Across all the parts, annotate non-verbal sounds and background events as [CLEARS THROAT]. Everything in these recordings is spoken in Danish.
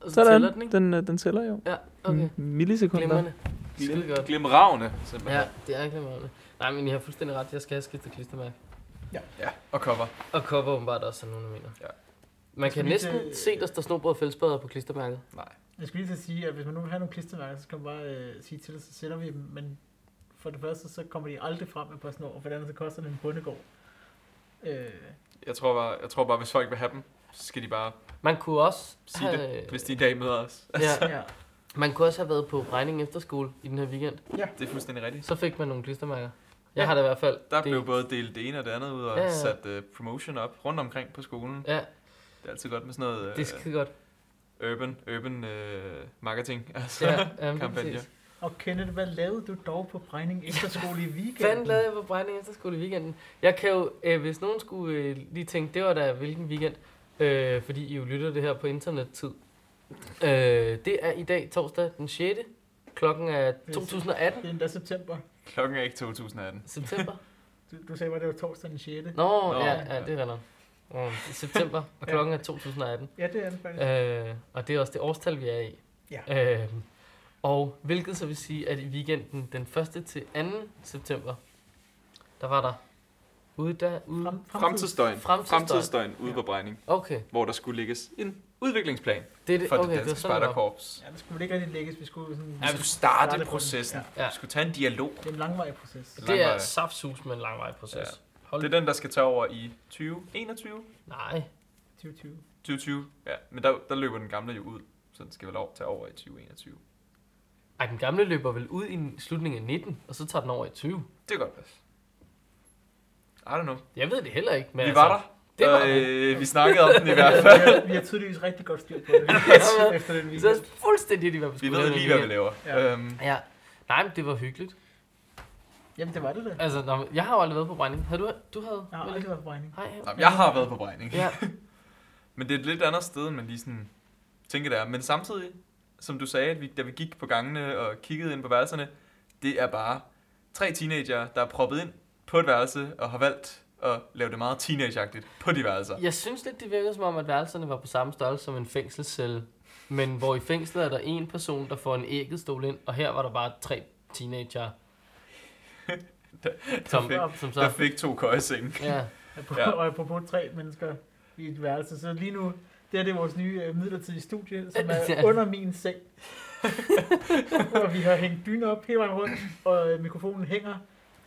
Og så Sådan. tæller den, ikke? Den, øh, den tæller jo. Mm, Ja, okay. M- Millisekunder. Glimrende. Skide godt. Glimravne, simpelthen. Ja, det er glimrende. Nej, men I har fuldstændig ret. Jeg skal have skiftet klistermærke. Ja. Og cover. Og kopper åbenbart også, er nogen der mener. Ja. Man kan vi næsten ikke, se, der står snobrød og fællesbader på klistermærket. Jeg skulle lige til at sige, at hvis man nu vil have nogle klistermærker, så kan man bare øh, sige til os, så sælger vi dem. Men for det første, så kommer de aldrig frem med PostNord, og for det andet, så koster det en bundegård. Øh, Jeg tror, bare, jeg tror bare, hvis folk vil have dem, så skal de bare Man kunne også sige have- det, hvis de en dag møder os. [LAUGHS] Ja, ja. man kunne også have været på regning efter skole i den her weekend. Det er fuldstændig rigtigt. Så fik man nogle klistermærker. Jeg Ja. har det i hvert fald. Der det, blev både delt det ene og det andet ud og Ja, ja, ja. ja. sat uh, promotion op rundt omkring på skolen. Ja, Det er altid godt med sådan noget uh, det er skide godt. urban, urban uh, marketing. [LAUGHS] Altså. Ja, Ja. ja, men kampagne. præcis. Og Kenneth, hvad lavede du dog på Brejning Efterskole i weekenden? [LAUGHS] Fanden lavede jeg på brænding efter skole i weekenden. Jeg kan jo, øh, hvis nogen skulle øh, lige tænke, det var da hvilken weekend, øh, fordi I jo lytter det her på internettid. Øh, det er i dag torsdag den 6. Klokken er 2018. Det er endda september. Klokken er ikke 2018. [LAUGHS] September? Du, du sagde bare, det var torsdag den 6. Nå, Nå, ja, ja. ja, det er nok. Um, september, og Ja. klokken er 2018. Ja, det er det faktisk. Øh, og det er også det årstal, vi er i. Ja. Øh, og hvilket så vil sige, at i weekenden den 1. til 2. september, der var der ude der, ude, Frem, Fremtidsdøgn. Fremtidsdøgn. Fremtidsdøgn ude på Brejning, okay, hvor der skulle lægges en udviklingsplan det er det, for okay, det det var danske sådan, det var. spejderkorps. Ja, det skulle vel ikke rigtig lægges. Vi skulle sådan... Vi skulle starte på starte den. processen. Ja. Vi skulle tage en dialog. Det er en langvarig proces. Det er Langvej. saftsus med en langvarig proces. Hold. Det er den, der skal tage over i 2021. Nej, 2020. 2020, ja. Men der, der løber den gamle jo ud, så den skal vel over, tage over i 2021. Ej, den gamle løber vel ud i slutningen af 19, og så tager den over i 20. Det kan godt passe. I don't know. Jeg ved det heller ikke, men altså, Men vi var der, Det var og vi. øh, vi snakkede om den i [LAUGHS] hvert fald. Vi har tydeligvis rigtig godt styr på det. efter- Efter den Så er weekend. det fuldstændig lige, hvad vi Vi skulle ved lave den lige, hvad vi weekend. laver. Ja. Øhm, Ja, nej, men det var hyggeligt. Jamen, det var det da. Altså, nå, men jeg har jo aldrig været på brænding. Havde du, du havde? Jeg har vel ikke? aldrig været på Brejning. Nej, jamen, jeg har været på brænding. Ja, Men det er et lidt andet sted, end man lige sådan tænker der. Men samtidig, som du sagde, at vi, da vi gik på gangene og kiggede ind på værelserne, det er bare tre teenager, der er proppet ind på et værelse og har valgt at lave det meget teenageagtigt på de værelser. jeg synes lidt, det virkede som om, at værelserne var på samme størrelse som en fængselscelle. Men hvor i fængslet er der en person, der får en æggestol ind, og her var der bare tre [LAUGHS] teenager, som, fik- som så... Der fik to køjesenge. Ja, Ja. Og apropos tre mennesker i et værelse, så lige nu, det her det er vores nye øh, midlertidige studie, som [LAUGHS] Ja. er under min seng. [LAUGHS] og vi har hængt dyner op hele vejen rundt, og øh, mikrofonen hænger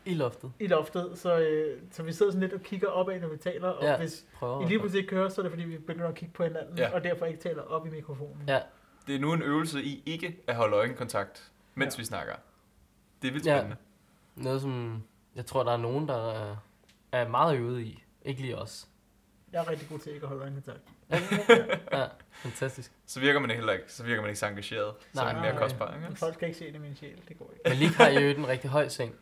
i loftet. i loftet, så, øh, så vi sidder sådan lidt og kigger opad, når vi taler, og Ja. ja. hvis Prøver. I lige pludselig ikke hører, så er det fordi, vi begynder at kigge på hinanden, Ja. ja. og derfor ikke taler op i mikrofonen. Ja. Det er nu en øvelse i ikke at holde øjenkontakt, mens Ja. vi snakker. Det er vildt Ja. spændende. Noget, som jeg tror, der er nogen, der er, er meget øvet i. Ikke lige os. Jeg er rigtig god til ikke at holde øjenkontakt. Er det det? [LAUGHS] ja, fantastisk. Så virker man heller ikke, så virker man ikke så engageret. Så Nej. er man mere Nej. kostbar. Ikke? Men folk kan ikke se det i min sjæl, det går ikke. Men lige har jeg jo en rigtig høj seng.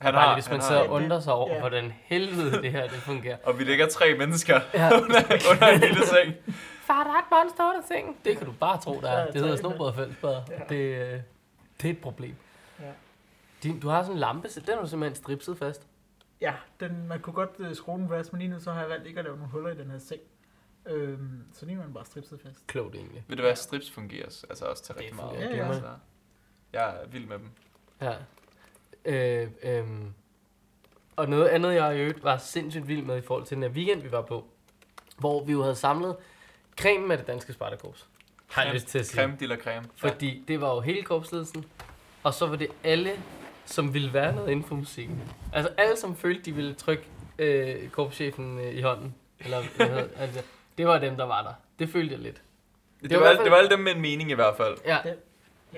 Han Bare lige, har, hvis han man har. sidder og undrer sig over, Ja. hvordan helvede det her det fungerer. Og vi ligger tre mennesker Ja. [LAUGHS] under, under en lille seng. Far, der er et monster under sengen. Det kan du bare tro, der Ja, er. Det hedder tak. snobrød og fællesbader. Ja. Det, øh, det er et problem. Ja. Din, du har sådan en lampe, så den har du simpelthen stripset fast. Ja, den, man kunne godt øh, skrue den fast, men lige nu så har jeg valgt ikke at lave nogle huller i den her seng. Øhm, så lige nu er den bare stripset fast. Klogt egentlig. Ved du hvad, strips fungerer s- altså også til Det rigtig meget. fungerer Ja, ja. Altså, jeg er vild med dem. Ja. Øh, øhm. Og noget andet, jeg i øvrigt var sindssygt vild med i forhold til den her weekend, vi var på, hvor vi jo havde samlet cremen af det danske Spartakorps. Har jeg Creme- lyst til at sige. Creme de la creme. Fordi det var jo hele korpsledelsen, og så var det alle, som ville være noget inden for musikken. Altså alle, som følte, de ville trykke øh, korpschefen øh, i hånden. Eller, hvad hedder, [LAUGHS] det? altså, det var dem, der var der. Det følte jeg lidt. Det, var det, i var, hvert alle- fald- det var alle dem med en mening i hvert fald. Ja, Det-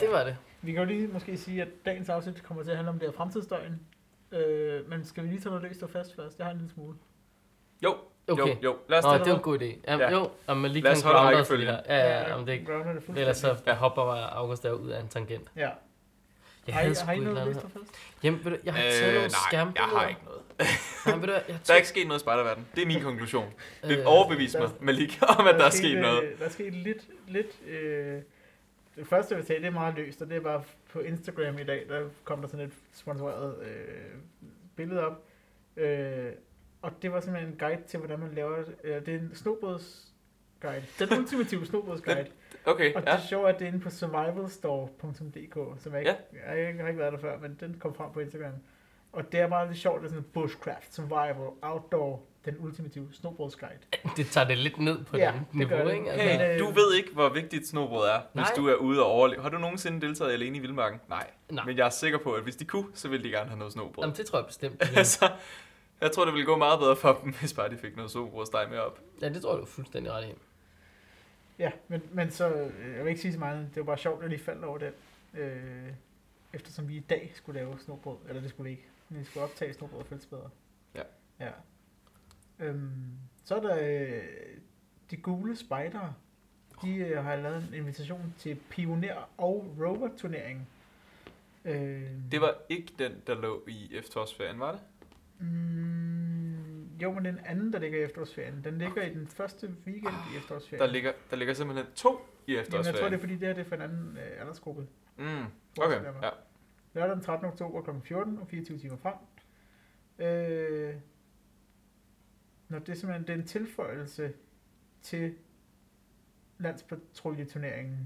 det var det. Vi kan jo lige måske sige, at dagens afsnit kommer til at handle om det her fremtidsdøgn. Øh, men skal vi lige tage noget løst og fast først? Jeg har en lille smule. Jo, Okay. jo, jo. Lad os Nå, det. det var en god idé. Jamen, Ja. Jo, jamen, man lige Lad kan os holde grounde os lidt rækkefølgen. her. Ja, ja, ja, jamen, det er ikke. Grounder det fuldstændig. Ellers så ja. hopper bare August der ud af en tangent. Ja. Jeg Har havde I, sgu har I et eller noget løst andet. og [LAUGHS] fast? Jamen, ved du, jeg har taget nogle Øh, nej, jeg skærmbilleder. har ikke noget. Nej, ved du, hvad, jeg Der er tog, ikke sket noget i spejderverden. Det er min konklusion. Det øh, overbeviser der- mig, Malik, om at der er sket øh, noget. Der er sket lidt... lidt øh, det første, jeg vil tage, det er meget løst, og det er bare på Instagram i dag, der kom der sådan et sponsoreret øh, billede op. Øh, og det var simpelthen en guide til, hvordan man laver... Øh, det er en snobrødsguide. Den ultimative snobrødsguide. Okay, Og ja. ja. det sjove er, at det er inde på survivalstore.dk, som jeg ikke, ja. jeg, jeg har ikke været der før, men den kom frem på Instagram. Og det er bare lidt sjovt, det er sådan bushcraft, survival, outdoor, den ultimative snowboardguide. Øh, Det tager det lidt ned på Ja, ja, det det gør niveau, det. ikke? Altså, Men, Hey, øh, du ved ikke, hvor vigtigt snowboard er, hvis Nej. du er ude og overleve. Har du nogensinde deltaget alene i Vildmarken? Nej. nej, Men jeg er sikker på, at hvis de kunne, så ville de gerne have noget snowboard. [LAUGHS] Jamen, det tror jeg bestemt. det vil. altså, jeg tror, det ville gå meget bedre for dem, [LAUGHS] hvis bare de fik noget sobrosteg med op. Ja, det tror jeg, du er fuldstændig ret i. Ja, men, men så, øh, jeg vil ikke sige så meget, det var bare sjovt, at jeg lige faldt over den. Øh, eftersom vi i dag skulle lave snobrød, eller det skulle vi ikke, men vi skulle optage snobrød og fællesbedre. Ja. ja. Øhm, så er der øh, de gule spejdere. De øh, har lavet en invitation til pioner- og rover-turneringen. Øh, Det var ikke den, der lå i efterårsferien, var det? Mm, jo, men den anden, der ligger i efterårsferien, den ligger i den første weekend i efterårsferien. Ah, Der ligger, der ligger simpelthen to i Jamen, jeg tror, det efterårsferien. er, fordi det her det er for en anden øh, aldersgruppe. Mm. Okay, ja. Lørdag den 13. oktober kl. 14 og 24 timer frem. Øh, når det er simpelthen det er en tilføjelse til landspatruljeturneringen.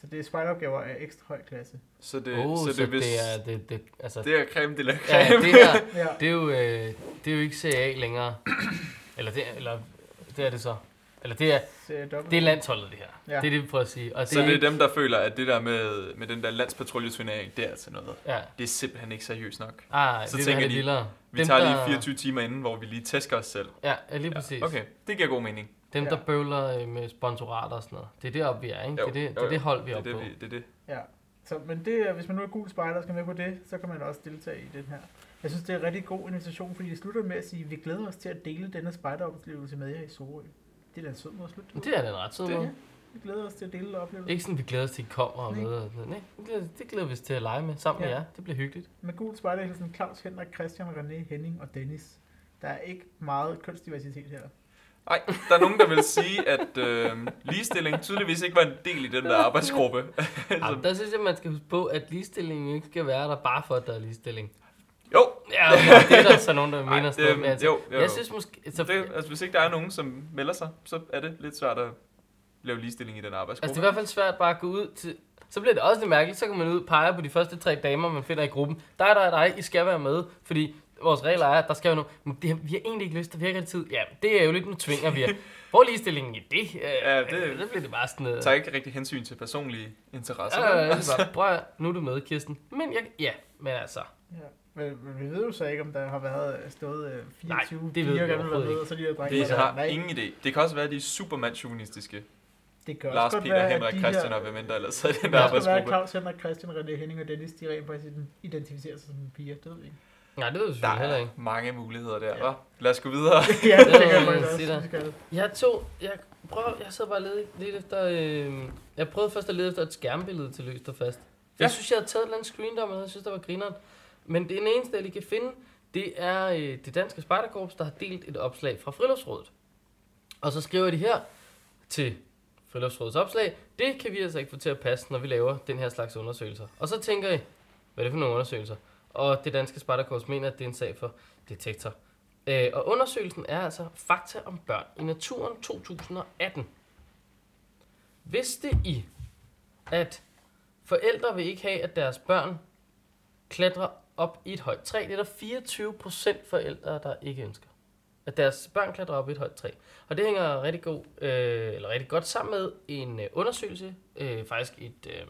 Så det er spejlopgaver af ekstra høj klasse. Så det, Det, oh, så det, så hvis, det er, det, det, altså, det, det er creme de la ja, creme. det her, Ja, det er jo, øh, det er jo ikke CA længere. [CLEARS THROAT] Eller det, eller det er det så. Eller det er, serie øh, dobbelt. det er landsholdet, det her. Ja. Ja. Det er det, vi prøver at sige. Og det Så er det ikke, er dem, der føler, at det der med, med den der landspatruljeturnering, det er altså noget. Ja. Det er simpelthen ikke seriøst nok. Ah, Så så vi vil tænker have det de, vildere. Vi Dem, tager lige der- 24 timer inden, hvor vi lige tæsker os selv. Ja, ja, lige præcis. Ja, okay, det giver god mening. Dem, der Ja. bøvler øh, med sponsorater og sådan noget. Det er deroppe, vi er, ikke? Jo, det, er det, jo, det er det jo. hold, vi Det er er oppe det, på. vi, det, er det. Ja. Så, men det, er- hvis man nu er gul spejder og skal med på det, så kan man også deltage i den her. Jeg synes, det er en rigtig god invitation, fordi det slutter med at sige, at vi glæder os til at dele denne spejderoplevelse med jer i Sorø. Det er da en sød måde at slutte. på. Det er den ret sød Det- måde. Vi glæder os til at dele oplevelsen. Ikke sådan, vi glæder os til, at I kommer og Nej. med. og sådan noget. Nej, det glæder- det glæder vi os til at lege med sammen Ja. med jer. Det bliver hyggeligt. Med gul spejderhilsen Claus, Henrik, Christian, René, Henning og Dennis. Der er ikke meget kønsdiversitet her. Ej, der er nogen, der vil sige, at øh, ligestilling tydeligvis ikke var en del i den der [LAUGHS] arbejdsgruppe. Altså- Jamen, der synes jeg, man skal huske på, at ligestillingen ikke skal være der bare for, at der er ligestilling. jo, Ja, okay, det er [LAUGHS] der så nogen, der mener sådan noget. det, Men altså, øhm, jo, jo, jo. jeg synes måske... Så, Så det, altså, hvis ikke der er nogen, som melder sig, så er det lidt svært at lave ligestilling i den arbejdsgruppe. Altså, det er i hvert fald svært bare at gå ud til... Så bliver det også lidt mærkeligt, så kan man ud og pege på de første tre damer, man finder i gruppen. Dig, dig, dig, I skal være med, fordi vores regler er, at der skal jo noget. Men det, har- vi har egentlig ikke lyst, der virker altid. Ja, det er jo lidt, nu tvinger vi jer. [LAUGHS] Hvor er ligestillingen i det? Øh, Ja, det- øh, Så bliver det bare sådan noget. tager ikke rigtig hensyn til personlige interesser. Ja, ja, ja, det altså, er bare, prøv at, høre, nu er du med, Kirsten. Men jeg, ja, men altså, Ja. Men, men vi ved jo så ikke, om der har været øh, stået øh, 24 Nej, det ved vi piger, der har overhovedet med, ikke. og så de her drenge. det der har nej, ingen idé. Det kan også være, at de er super mandsjunistiske. det kan også Lars, godt Peter, være, at Henrik, de Christian her, og hvem end der ellers er i den der der skal være arbejdsgruppe. Claus, Henrik, Christian, René, Henning og Dennis, de rent faktisk identificerer sig som piger. Det ved vi ikke. nej, det ved vi Der selvfølgelig heller er ikke. mange muligheder der, Ja. hva'? Lad os gå [LAUGHS] videre. ja, Det det må kan man man sige der. også. vi skal. Jeg tog, jeg prøver, jeg så bare lidt, lidt efter, øh, jeg prøvede først at lede efter et skærmbillede til løst og fast. Ja. Jeg synes, jeg havde taget et eller andet screen der, men jeg synes, der var grineren. Men det eneste, jeg lige kan finde, det er øh, det danske spejderkorps, der har delt et opslag fra Friluftsrådet. Og så skriver de her til Friluftsrådets opslag, det kan vi altså ikke få til at passe, når vi laver den her slags undersøgelser. Og så tænker I, hvad er det for nogle undersøgelser? Og det danske spejderkorps mener, at det er en sag for detektor. Øh, og undersøgelsen er altså Fakta om børn i naturen 2018. Vidste I, at forældre vil ikke have, at deres børn klatrer op i et højt træ? Det er der 24 procent forældre, der ikke ønsker. At deres børn klatrer op i et højt træ. Og det hænger rigtig, god, øh, eller rigtig godt sammen med en øh, undersøgelse, øh, faktisk et øh,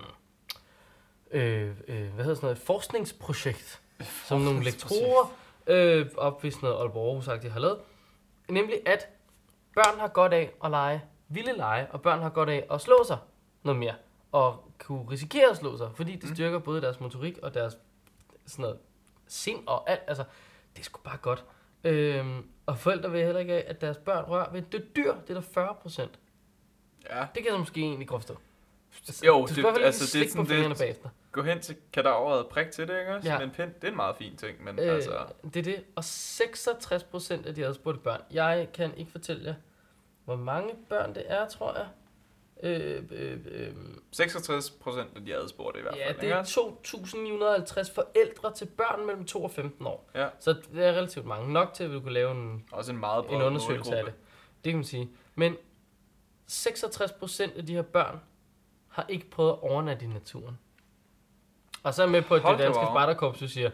øh, øh, hvad hedder sådan noget, et forskningsprojekt, som nogle forskningsprojekt. lektorer øh, op ved sådan noget Aalborg Aarhus har lavet. Nemlig at børn har godt af at lege vilde lege, og børn har godt af at slå sig noget mere. Og kunne risikere at slå sig, fordi Mm. det styrker både deres motorik og deres sådan noget, sind og alt. Altså, det er sgu bare godt. Øhm, og forældre vil heller ikke af, at deres børn rører ved et dødt dyr. Det er der 40 procent. Ja. Det kan jeg så måske egentlig godt forstå. Jo, du skal i det, hvert fald altså, altså, det er slikke på sådan fingrene lidt, bagefter. gå hen til kadaveret og prik til det, ikke også? Ja. Men pind, det er en meget fin ting, men Øh, altså... Det er det. Og 66 procent af de adspurgte børn. Jeg kan ikke fortælle jer, hvor mange børn det er, tror jeg. Øh, øh, øh, 66 procent af de adspurgte i hvert fald. ja, det ikke er også? 2.950 forældre til børn mellem 2 og 15 år. Ja. Så det er relativt mange. Nok til, at vi kunne lave en Også en meget bred en undersøgelse af målgruppe. det. Det kan man sige. Men 66% af de her børn har ikke prøvet at overnatte i naturen. Og så er jeg med på, at Hold det da danske op. spejderkorps jo siger,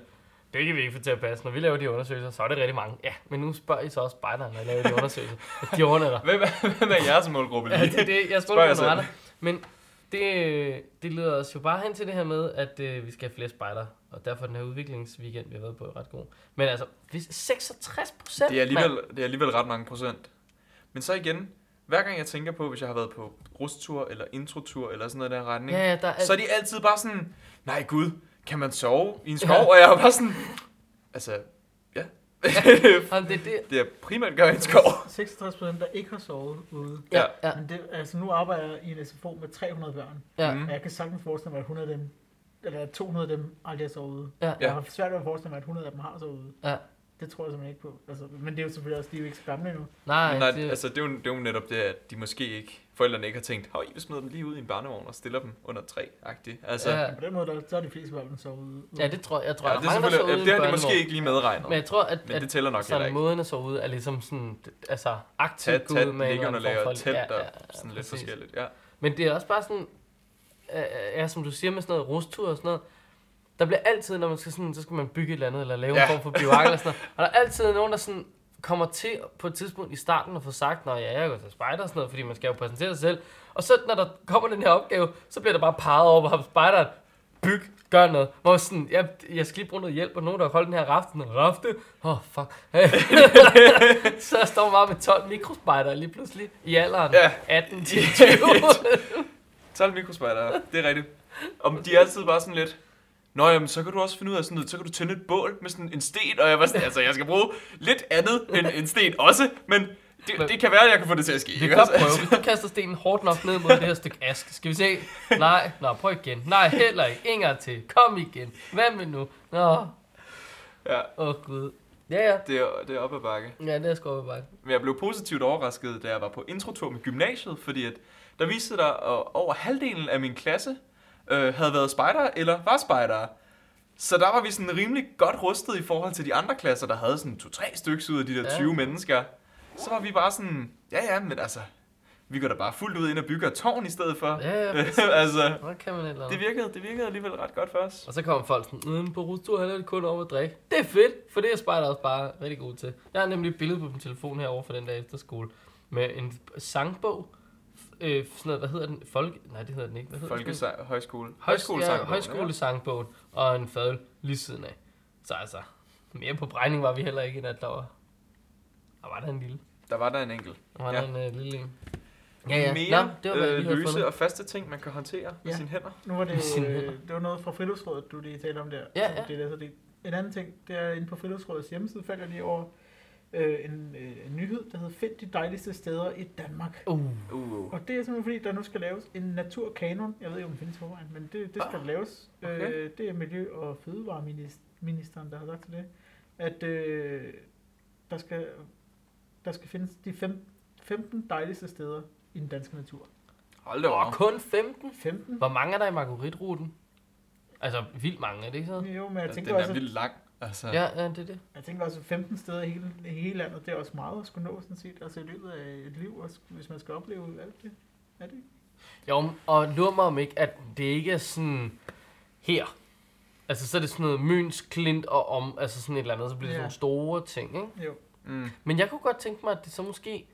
det kan vi ikke få til at passe. Når vi laver de undersøgelser, så er det rigtig mange. Ja, men nu spørger I så også spejderne, når I laver de [LAUGHS] undersøgelser. at de overnatter. Hvem er, [LAUGHS] hvem er jeres målgruppe lige? Ja, det er det. Jeg Spørg jer spurgte på selv. retter. Men det, det leder os jo bare hen til det her med, at øh, vi skal have flere spejder. Og derfor er den her udviklingsweekend, vi har været på, er ret god. Men altså, hvis 66 procent, Det er, alligevel, det er alligevel ret mange procent. Men så igen, hver gang jeg tænker på, hvis jeg har været på rusttur eller introtur eller sådan noget i den retning, Ja, altså- ja, der er, så er de altid bare sådan, nej gud, kan man sove i en skov? Ja. Ja. Og jeg er bare sådan, altså, ja. [LAUGHS] Jamen, det, er det, det er primært gør i en skov. 66 procent, der ikke har sovet ude. ja, Ja. ja, Men det, altså, nu arbejder jeg i en SFO med 300 børn, ja. Mm. og jeg kan sagtens forestille mig, at 100 af dem, eller at 200 af dem aldrig har sovet ude. Ja. Jeg har svært ved at forestille mig, at 100 af dem har sovet ude. Ja. Det tror jeg simpelthen ikke på. Altså, men det er jo selvfølgelig også, de er jo ikke så gamle endnu. Nej, Men nej, det, altså det er, jo, det er jo netop det, at de måske ikke, forældrene ikke har tænkt, hov, I smider dem lige ud i en barnevogn og stiller dem under træ -agtigt. Altså, ja. ja, Men på den måde, der, så er de fleste børn sovet ude. ja, det tror jeg. Jeg tror, Ja, der det, er er mange, der så selvfølgelig, ude i ja, det har de børnevogn. måske ikke lige medregnet. Men Men, jeg tror, at, men at det tæller nok heller sådan ikke. måden at sove ude er ligesom sådan, d- altså aktivt Tæt, gå ud tæt, med en eller anden liggeunderlag form for- og tæt ja, og ja, sådan lidt præcis. forskelligt. Ja. Men det er også bare sådan, øh, ja, som du siger med sådan noget rustur og sådan noget, der bliver altid, når man skal sådan, så skal man bygge et eller andet, eller lave ja. en Ja. form for bivak eller sådan noget, og der er altid nogen, der sådan kommer til på et tidspunkt i starten og får sagt, når ja, jeg går til spejder og sådan noget, fordi man skal jo præsentere sig selv. Og så når der kommer den her opgave, så bliver der bare peget over på ham spejderen, byg, gør noget. Hvor sådan, jeg, jeg skal lige bruge noget hjælp, og nogen der holder den her raften, rafte, åh oh, fuck. [LAUGHS] så jeg står man bare med 12 mikrospejdere lige pludselig i alderen Ja. 18 til 20. 12 mikrospejdere, det er rigtigt. Og de er altid bare sådan lidt, Nå jamen, så kan du også finde ud af sådan noget, så kan du tænde et bål med sådan en sten, og jeg var sådan, altså jeg skal bruge lidt andet end en sten også, men Men- det, det kan være, at jeg kan få det til at [LAUGHS] ske. Vi ikke kan også? prøve. Hvis du kaster stenen hårdt nok ned mod det her stykke ask, skal vi se? Nej, nå, prøv igen. Nej, heller ikke. En gang til. Kom igen. Hvad med nu? Nå, [LAUGHS] Ja, åh oh, gud. Ja, ja. det er, det er op ad bakke. Ja, det er skåret bare. Men jeg blev positivt overrasket, da jeg var på introtur med gymnasiet, fordi at der viste der, at over halvdelen af min klasse øh, havde været spejder eller var spejdere. Så der var vi sådan rimelig godt rustet i forhold til de andre klasser, der havde sådan to-tre stykker ud af de der Ja. 20 mennesker. Så var vi bare sådan, ja ja, men altså, vi går da bare fuldt ud ind og bygger et tårn i stedet for. Ja, [LAUGHS] ja, præcis. altså, Hvad kan man et eller det andet? virkede, det virkede alligevel ret godt for os. Og så kommer folk sådan, mm, på rustur handler det kun om at drikke. Det er fedt, for det er spejder også bare rigtig god til. Jeg har nemlig et billede på min telefon herovre fra den der efterskole med en sangbog. Øh, sådan noget, hvad hedder den? Folk... Nej, det hedder den ikke. Hvad hedder den? Folkesang, højskole. Højskolesangbogen, ja, Højskolesangbogen, højskolesangbogen og en fadøl lige siden af. Så altså, mere på bregning var vi heller ikke, end at der var, der var der en lille. ja. Der var der en enkelt. Der var ja. Ja. der en øh, lille en. Ja, ja. Mere Nå, det var, hvad jeg øh, lige havde fundet. løse og faste ting, man kan håndtere med Ja. sine hænder. Nu var det [LAUGHS] jo, Sådan her. øh, det var noget fra friluftsrådet, du lige talte om der. Ja, som ja. Det der, så det. En anden ting, det er inde på friluftsrådets hjemmeside, faldt jeg lige over øh, en, øh, en nyhed, der hedder Find de dejligste steder i Danmark. Uh, Uh. Og det er simpelthen fordi, der nu skal laves en naturkanon. Jeg ved ikke, om den findes i forvejen, men det, det skal Ah, laves. okay. Øh, det er Miljø- og Fødevareministeren, der har sagt til det, at øh, der, skal, der skal findes de fem, 15 dejligste steder i den danske natur. Hold da og op. kun 15? 15? Hvor mange er der i margaritruten? Altså, vildt mange, er det ikke sådan? Jo, men jeg Altså, tænker den også, er at vildt lang. Altså, Ja, ja, det er det. Jeg tænker også, at 15 steder i hele, i hele landet, det er også meget at skulle nå, sådan set. Altså i løbet af et liv, også, hvis man skal opleve alt det. Er det ikke? Jo, og lur mig om ikke, at det ikke er sådan her. Altså, så er det sådan noget Møns, Klint og om, altså sådan et eller andet, så bliver det Ja. sådan nogle store ting, ikke? Jo. Mm. Men jeg kunne godt tænke mig, at det så måske...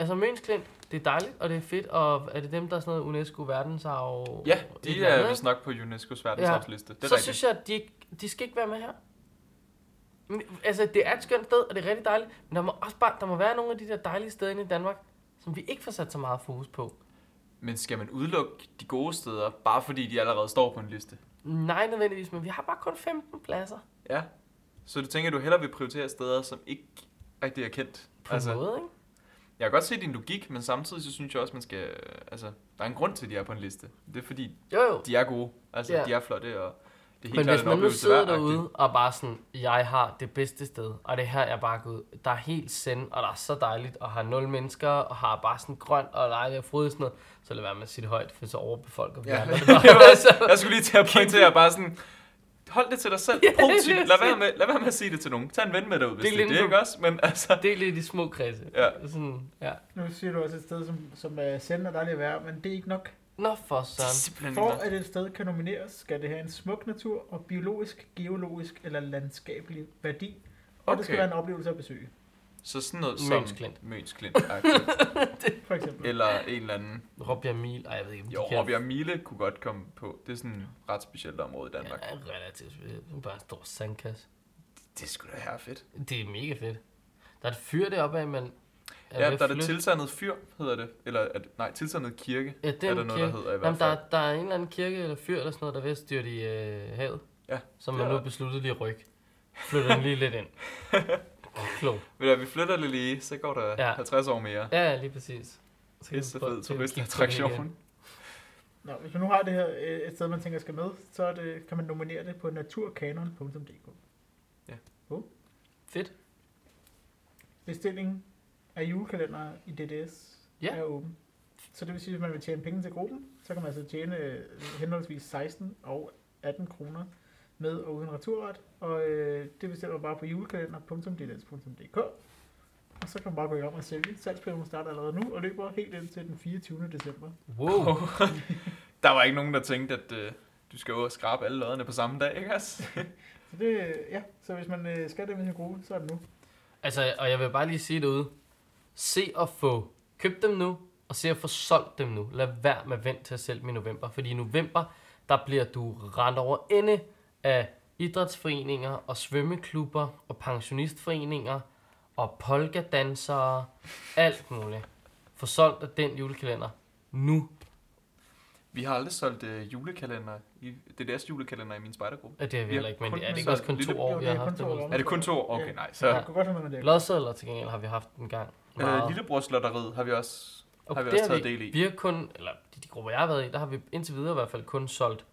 Altså Møns Klint, det er dejligt, og det er fedt, og er det dem, der er sådan noget UNESCO verdensarv? ja et de eller andet, er ikke? vist nok på UNESCO's verdensarvsliste. Det er Så rigtigt. synes jeg, at de, ikke, de skal ikke være med her. Men, Altså, det er et skønt sted, og det er rigtig dejligt, men der må også bare, der må være nogle af de der dejlige steder inde i Danmark, som vi ikke får sat så meget fokus på. Men skal man udelukke de gode steder, bare fordi de allerede står på en liste? Nej, nødvendigvis, men vi har bare kun 15 pladser Ja. Så du tænker, du hellere vil prioritere steder, som ikke rigtig er kendt? på altså, en måde, ikke? jeg kan godt se din logik, men samtidig så synes jeg også, man skal... Altså, der er en grund til, at de er på en liste. Det er fordi, Jo, jo. de er gode. Altså, Ja. de er flotte, og det er helt Men klart hvis en man nu oplevelse sidder værd, agtigt. derude og bare sådan, jeg har det bedste sted, og det her er bare gået, der er helt send, og der er så dejligt, og har nul mennesker, og har bare sådan grønt og dejligt og frodigt og sådan noget, så [LAUGHS] lad være med at sige [LAUGHS] det højt, for så overbefolker vi Ja. andre. Jeg var- jeg skulle lige til at pointere bare sådan, Hold det til dig selv. Ja, det er Positivt. det, Lad jeg være, med, lad være med at sige det til nogen. Tag en ven med dig ud, hvis Det er det er lidt det, en- ikke også? Men altså, Det er lidt i små kredse. Ja. Sådan, ja. Nu siger du også et sted, som, som er sendt og dejligt at være, men det er ikke nok. Nå for det er sådan. simpelthen ikke For nok. at et sted kan nomineres, skal det have en smuk natur og biologisk, geologisk eller landskabelig værdi, og okay. det skal Okay. være en oplevelse at besøge, Så sådan noget Møns som Klint. Møns Klint. [LAUGHS] for eksempel. eller en eller anden. Robbjerg Mil. Ej, jeg ved ikke, om de Jo, kan. Robbjerg Mile kunne godt komme på. Det er sådan et ret specielt område i Danmark. Ja, relativt specielt. Bare en stor sandkasse. Det skulle da være fedt. Det er mega fedt. Der er et fyr deroppe af, man... Ja, der er det det tilsandet fyr, hedder det. Eller, at, nej, tilsandet kirke. Ja, det er er, der en noget, kirke. der hedder i hvert Jamen, der, fald. er- der er en eller anden kirke eller fyr eller sådan noget, der er ved at styrte i øh, havet. Ja, Som det man er nu der. har besluttet lige at rykke. Flytter den lige lidt [LAUGHS] ind. Klog. Ved du, hvad, vi flytter det lige, så går der Ja. 50 år mere. Ja, ja, lige præcis. Så kan vi Pisse prøve- fed så kan vi kigge på det igen. turistattraktion. Nå, hvis man nu har det her øh, et sted, man tænker skal med, så er det, kan man nominere det på naturkanon.dk. Fedt. Bestillingen af julekalender i DDS Ja. er åben. Så det vil sige, at hvis man vil tjene penge til gruppen, så kan man altså tjene øh, henholdsvis 16 og 18 kroner med og uden returret. Og øh, det bestiller man bare på julekalender.dds.dk. Og så kan man bare gå i gang med at sælge. Salgsperioden starter allerede nu og løber helt indtil den 24. december. Wow. [LAUGHS] der var ikke nogen, der tænkte, at øh, du skal jo og skrabe alle lodderne på samme dag, ikke også? Så det, øh, ja, så hvis man øh, skal det med sin gruppe, så er det nu. Altså, og jeg vil bare lige sige derude. Se at få købt dem nu, og se at få solgt dem nu. Lad være med at vente til at sælge dem i november. Fordi i november, der bliver du rent over ende af idrætsforeninger og svømmeklubber og pensionistforeninger og polkadansere. Alt muligt. Få solgt af den julekalender nu. [LAUGHS] Vi har aldrig solgt øh, julekalender. I, det er deres julekalender i min spejdergruppe. Ja, det har vi Vi har heller ikke, men kun det er det ikke også kun solgt to lille- år, Jo, vi det har er kun haft to dem? år gammel. Er det kun to år? Okay, Ja. nej. Ja. Ja. Det Så kunne godt være, man er det. Blodsedler til gengæld har vi haft en gang. øh, Meget. lillebrorslotteriet har vi også, Og har vi det også har taget del i. Vi har kun, eller de, de grupper, jeg har været i, der har vi indtil videre i hvert fald kun solgt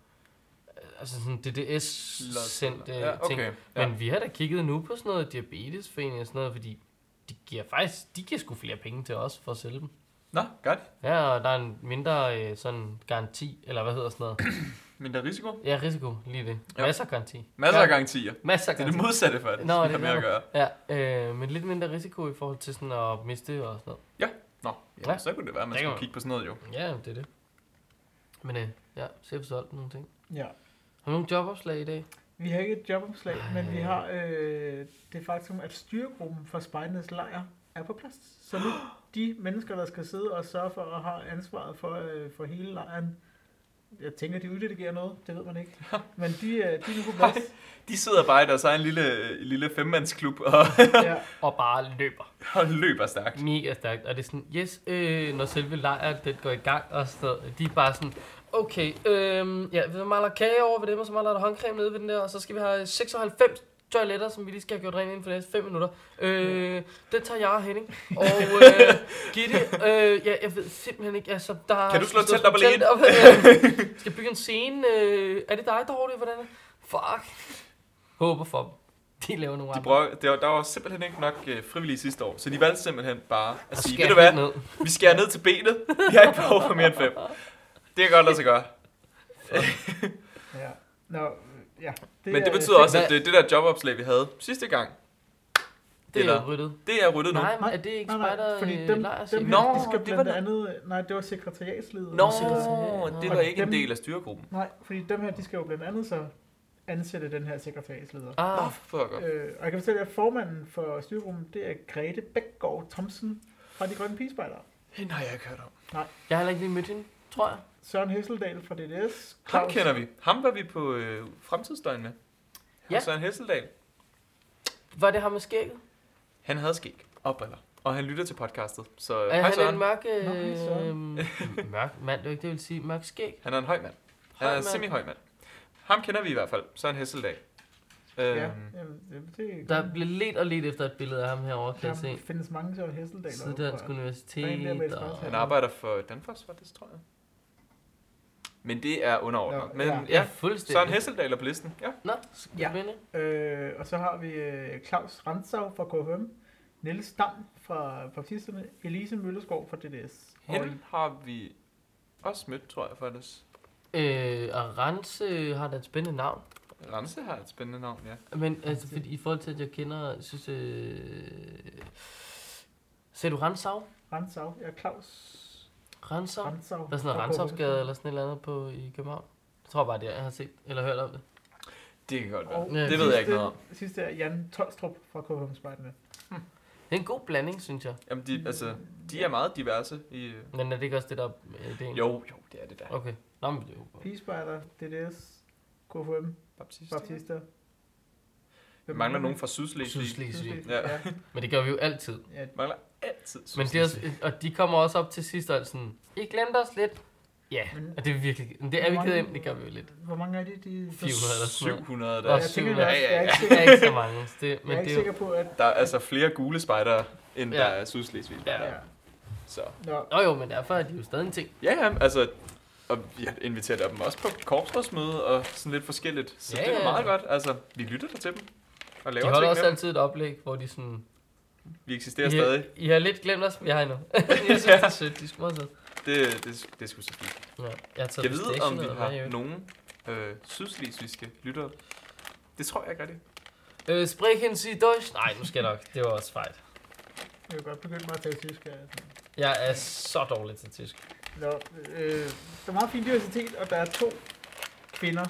øh, altså sådan DDS-sendte Lodsedler. ja, ting. okay. Ja. Men vi har da kigget nu på sådan noget diabetesforening og sådan noget, fordi de giver faktisk, de giver sgu flere penge til os for at sælge dem. Nå, godt. Ja, og der er en mindre øh, sådan garanti, eller hvad hedder sådan noget? Mindre risiko. Ja, risiko, lige det. Ja. Masser af garanti. Masser Ja, af garantier. Masser af Det er det garanti. modsatte for det, Nå, Nå, det det er med at det. gøre. Ja, øh, men lidt mindre risiko i forhold til sådan at miste og sådan noget. Nå, ja, Ja. så kunne det være, at man Det kan skulle man. kigge på sådan noget jo. Ja, det er det. Men øh, ja, se at få solgt nogle ting. Ja. Har du nogle jobopslag i dag? Vi har ikke et jobopslag, Ej. men vi har øh, det faktum, at styregruppen for spejdernes lejr er på plads. Så nu de mennesker, der skal sidde og sørge for og har ansvaret for, øh, for hele lejren, jeg tænker, de uddelegerer noget, det ved [LAUGHS] man ikke. Men de, øh, de er nu på plads. De sidder bare i deres egen lille, øh, lille femmandsklub og, [LAUGHS] Ja. Og bare løber. og løber stærkt. Mega stærkt. Og det er sådan, yes, øh, når selve lejren den går i gang og sådan noget, de er bare sådan, okay, øh, ja, vi maler kage over ved dem, og så maler der håndcreme nede ved den der, og så skal vi have 96 toiletter, som vi lige skal have gjort rent inden for de næste 5 minutter. Øh, den tager jeg og Henning. Og [LAUGHS] øh, Gitte, øh, ja, jeg ved simpelthen ikke, altså, der Kan du slå skal telt op alene? op, [LAUGHS] øh, skal bygge en scene. Øh, er det dig, Dorte? Hvordan er Fuck. Håber for dem. De laver nogle De andre. brød, der, der var simpelthen ikke nok øh, frivillige sidste år, så de valgte simpelthen bare Og at sige, skærer ved du hvad, helt ned. vi skærer ned til benet, vi har ikke behov for mere end fem. Det kan godt lade sig gøre. ja. Nå, øh, ja. Men det er- betyder også, at hvad- det, det der jobopslag, vi havde sidste gang, Det er Eller- jo ryddet. det er ryddet nu. Nej, men Nej, er det ikke Nej, nej, spejder fordi øh, dem, dem, lejrs- her, Nå, de skal det blandt var da- andet, nej, det var sekretariatsledet. Nå, det var Og ikke en dem- del af styregruppen. Nej, fordi dem her, de skal jo blandt andet så ansætte den her sekretariatsleder. Nå, Ah, fuck. Øh, og jeg kan fortælle jer, at formanden for styregruppen, det er Grete Bækgaard Thomsen fra De Grønne Pigespejlere. Hende har jeg ikke hørt om. jeg har heller ikke lige mødt hende, tror jeg. Søren Hesseldal fra DDS. Ham kender vi. Ham var vi på øh, fremtidsdøgn med. Ja. Ja. Søren Hesseldal. Var det ham med skægget? Han havde skæg og briller. Og han lytter til podcastet. Så øh, Er hej han er Søren. en mørk, Nå, hej, Søren. øh, mørk mand, det er jo ikke det, jeg vil sige. Mørk skæg. Han er en høj mand. Han er Høj en mand. semi-høj mand. Øh, Ham kender vi i hvert fald. Søren Hesseldal. Øhm, Ja, ja. jamen, jamen, det Der blev let og let efter et billede af ham herovre, kan jeg se. der findes mange Søren Hesseldal. Syddansk Der er en der med et Universitet og... spørgsmål. Han arbejder for Danfoss, var det, tror jeg. Men det er underordnet. Nå, Men ja, ja. Ja, ja Søren fuldstændig. Hesseldal er på listen. Ja. Nå, Ja. spændende. Øh, og så har vi øh, Claus Rantzau fra KFM, Niels Dam fra Baptisterne, Elise Mølleskov fra DDS. Og Hende har vi også mødt, tror jeg faktisk. Øh, og Rens øh, har da et spændende navn. Ramse har et spændende navn, ja. Men altså, fordi, i forhold til, at jeg kender, jeg synes... Øh... Ser du Ransau? Rensau. Ja, Claus. Ransau? Rensau. Der er sådan noget Ransavsgade eller sådan et eller andet på i København. Jeg tror bare, det er, jeg har set eller hørt om det. Det kan godt Og Ja. Det ved jeg ikke noget om. sidste- Sidste er Jan Tolstrup fra KFM Spejderne. Det er en god blanding, synes jeg. Jamen, de, altså, de er meget diverse. I, øh, Men er det ikke også det, der er ideen? jo, jo, det er det der. Okay. Nå, men det er jo... Pigespejder, DDS, KFM, Baptiste. Baptister. Vi mangler nogen fra Sydslesvig. Sydslesvig. Ja. Ja. ja. Men det gør vi jo altid. ja. Vi mangler altid Men det er også, og de kommer også op til sidst og er sådan, I glemte os lidt. Ja, Men- og det er vi virkelig, men det er vi ked af, men det gør vi jo lidt. Hvor mange er det, de... Fire. 400 eller sådan noget. 700 Og Jeg, der. tænker, syv. jeg, er også- jeg, er ikke Der sikker, er ikke så mange, så det, jeg men det er ikke er jo, sikker på, at... Der er altså flere gule spejdere, end Ja. der er Sydslesvig. Ja. Ja. Så. Nå, Nå jo, men derfor er de jo stadig en ting. Ja, ja, altså, og vi har inviteret dem også på korpsrådsmøde og sådan lidt forskelligt. Så Ja, ja, det er ja, meget ja. godt. Altså, vi lytter der til dem og De laver holder ting også med dem. altid et oplæg, hvor de sådan, Vi I, eksisterer stadig. har- I har lidt glemt os, men jeg har endnu. [LAUGHS] jeg synes, det er sødt, de er sgu meget søde. Det, det, det er sgu så fint. Ja, jeg har taget Jeg ved, om vi pistachienødder med i har øvrigt. nogen øh, sydslesvigske lyttere. Det tror jeg ikke rigtigt. Øh, sprechen Sie Deutsch? Nej, nu skal jeg nok. Det var også fejl. jeg kan godt begynde mig at tale tysk her. Jeg er så dårlig til tysk. Nå, øh, der er meget fin diversitet, og der er to kvinder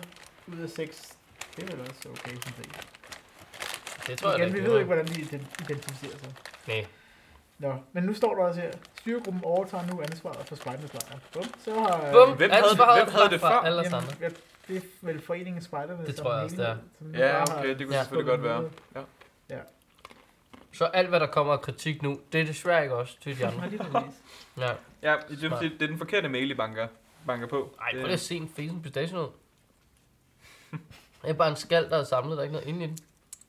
ud af seks. Det er vel også okay, sådan set. Det tror jeg da Igen, ikke. vi ved ikke, hvordan de ident- identificerer sig. Nej. Nå, men nu står der også her. Styregruppen overtager nu ansvaret for spejdernes lejr. Bum, så har... Bum, Hvem havde det- ansvaret hvem havde det fra før? Alle os andre. Øh, Jamen, ja, det er vel foreningen Spejderne. Det som tror jeg også, det er. helhed, som nu Ja, bare har- okay, det kunne Mm. Ja. ja. selvfølgelig godt være. Så alt, hvad der kommer af kritik nu, det er desværre ikke også til [LAUGHS] de andre. Nej, lige præcis. Ja. Ja, det, det, Smart. det, det er den forkerte mail, I banker, banker på. Ej, Det- prøv lige at se en fesen pistachio ud. Det er bare en skal, der er samlet, der er ikke noget inde i den.